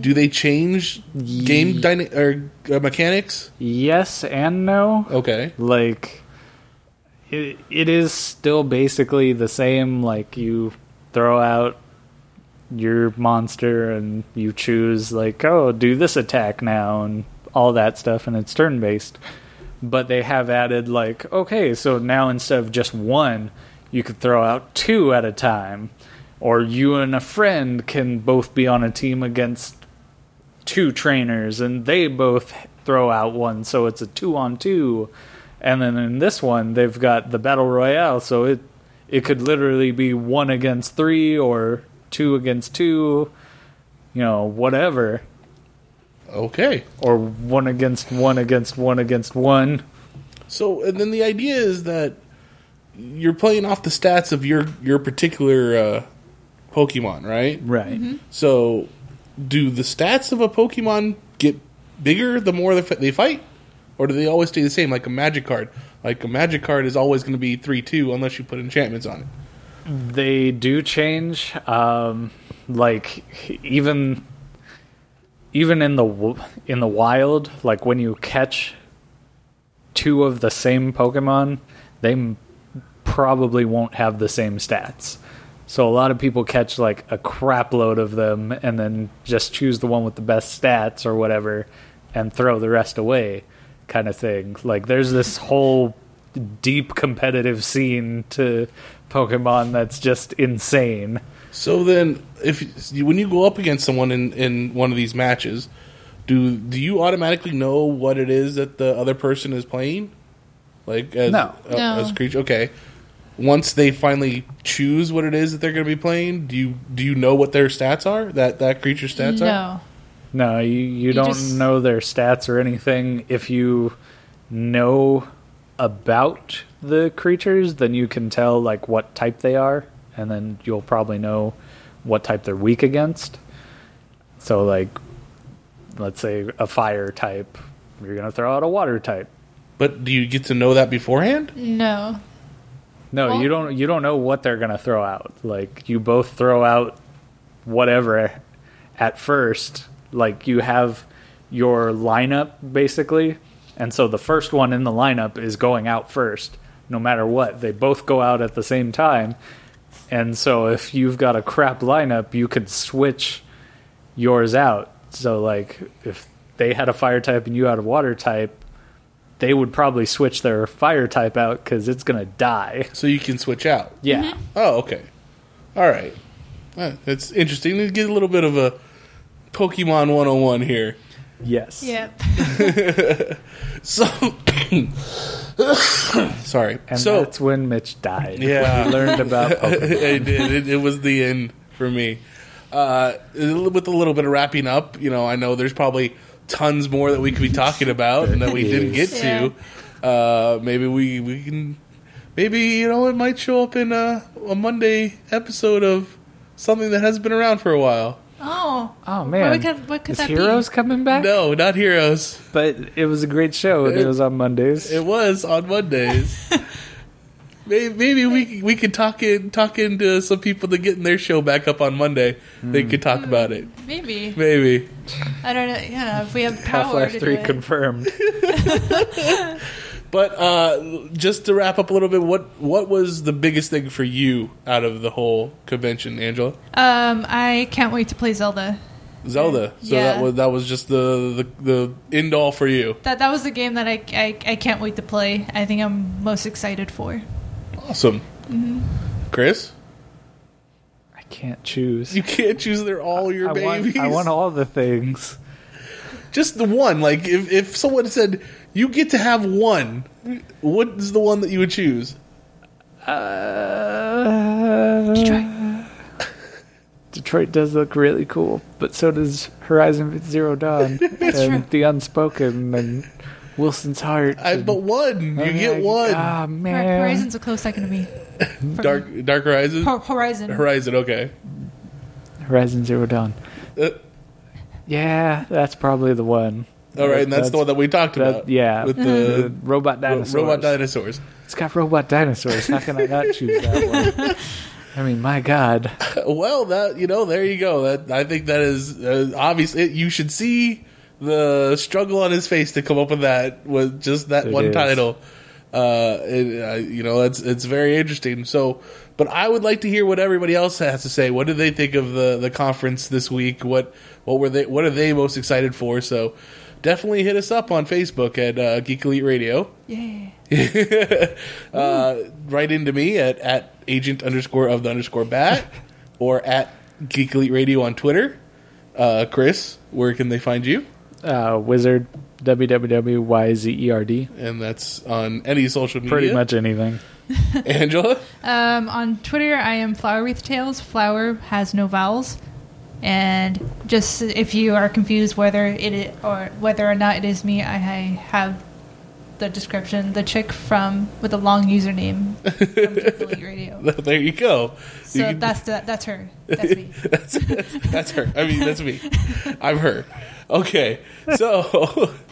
Do they change game dyna- or uh, mechanics? Yes and no. Okay, like it, it is still basically the same like you throw out your monster and you choose like oh do this attack now and all that stuff and it's turn based but they have added like okay so now instead of just one you could throw out two at a time or you and a friend can both be on a team against two trainers and they both throw out one so it's a two on two and then in this one they've got the battle royale so it it could literally be one against three or two against two you know whatever okay. or one against one against one against one So, and then the idea is that you're playing off the stats of your your particular uh, Pokemon, right? right So, do the stats of a Pokemon get bigger the more they fi- they fight, or do they always stay the same? Like a Magic card, like a Magic card is always going to be three two unless you put enchantments on it. they do change um like even even in the w- in the wild like when you catch two of the same pokemon they m- probably won't have the same stats So a lot of people catch like a crap load of them and then just choose the one with the best stats or whatever and throw the rest away kind of thing. Like there's this whole deep competitive scene to Pokemon that's just insane. So then, if you- when you go up against someone in, in one of these matches, do do you automatically know what it is that the other person is playing? Like as, No. uh, No. as creature. Okay. Once they finally choose what it is that they're going to be playing, do you do you know what their stats are? That that creature's stats are. no. No, you, you, don't just- know their stats or anything. If you know about the creatures, then you can tell like what type they are, and then you'll probably know what type they're weak against. So like let's say a fire type, you're gonna throw out a water type. But do you get to know that beforehand? No. No, Well- you don't you don't know what they're gonna throw out. Like you both throw out whatever at first. Like you have your lineup basically, and so the first one in the lineup is going out first, no matter what. They both go out at the same time. And so if you've got a crap lineup, you could switch yours out. So like if they had a fire type and you had a water type, they would probably switch their fire type out because it's gonna die. (laughs) So you can switch out. Yeah. Mm-hmm. Oh, okay. All right. Uh, That's interesting. Let's get a little bit of a Pokemon 101 here. Yes. Yep. (coughs) So, sorry. And so, that's when Mitch died. Yeah. When he (laughs) learned about Pokemon. I did. (laughs) It, it was the end for me. Uh, with a little bit of wrapping up, you know, I know there's probably tons more that we could be talking about and that we didn't get Yeah. to. Uh, maybe we, we can, maybe, you know, it might show up in a, a Monday episode of something that has been around for a while. Oh. Oh What, man. would- what could, Is that Heroes coming back? No, not Heroes. But it was a great show and it was on Mondays. It was on Mondays. May- Maybe we we could talk in talk into some people to getting their show back up on Monday. They could talk about it. be? Maybe. Maybe. I don't know. Yeah, if we have power Half Life to Three do (laughs) it. confirmed. But uh, just to wrap up a little bit, what what was the biggest thing for you out of the whole convention, Angela? Um, I can't wait to play Zelda. Zelda. So Yeah. that was that was just the the, the end all for you. That that was the game that I, I I can't wait to play. I think I'm most excited for. Awesome. Chris, I can't choose. you can't choose. They're all your I babies. want, I want all the things. just the one. Like if if someone said you get to have one, what is the one that you would choose? Uh, Detroit. (laughs) Detroit does look really cool, but so does Horizon (laughs) Zero Dawn and The Unspoken and Wilson's Heart. I, and- but one, you Oh, yeah, get one. Ah Hor- man, Horizon's a close second (coughs) to me. For me. Dark Dark Horizon. Ho- Horizon. Horizon. Okay. Horizon Zero Dawn. Uh, Yeah, that's probably the one. all right, and that's, the one that we talked that- about. yeah. with the The robot ro- dinosaurs. robot dinosaurs. It's got robot dinosaurs. How can (laughs) I not choose that one? I mean, my God. (laughs) Well, that you know, there you go. That I think that is uh, obvious. It, you should see the struggle on his face to come up with that with just that It one is. title. Uh, it, uh, you know, it's it's very interesting. So, but I would like to hear what everybody else has to say. What did they think of the the conference this week? What what were they? What are they most excited for? So, definitely hit us up on Facebook at uh, Geek Elite Radio Yeah. (laughs) uh, write into me at, at agent underscore of the underscore (laughs) bat or at Geek Elite Radio on Twitter. Uh, Chris, where can they find you? Uh, Wizard, WWWYZERD. And that's on any social media. E Pretty much anything. (laughs) Angela? (laughs) Um, on Twitter, I am Flower Wreath Tales. Flower has no vowels. And just if you are confused whether it i- or whether or not it is me, I I have the description. The chick from with a long username (laughs) from Geek Elite Radio. there you go. So You can- that's the, that's her. (laughs) That's me. that's, that's her. I mean, that's me. I'm her. Okay, so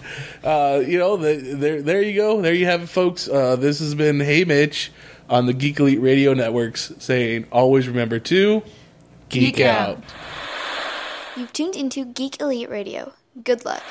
(laughs) uh, you know, the, there, there you go. There you have it, folks. Uh, this has been Hey Mitch on the Geek Elite Radio Networks, saying always remember to geek, Geek out. out. You've tuned into Geek Elite Radio. Good luck.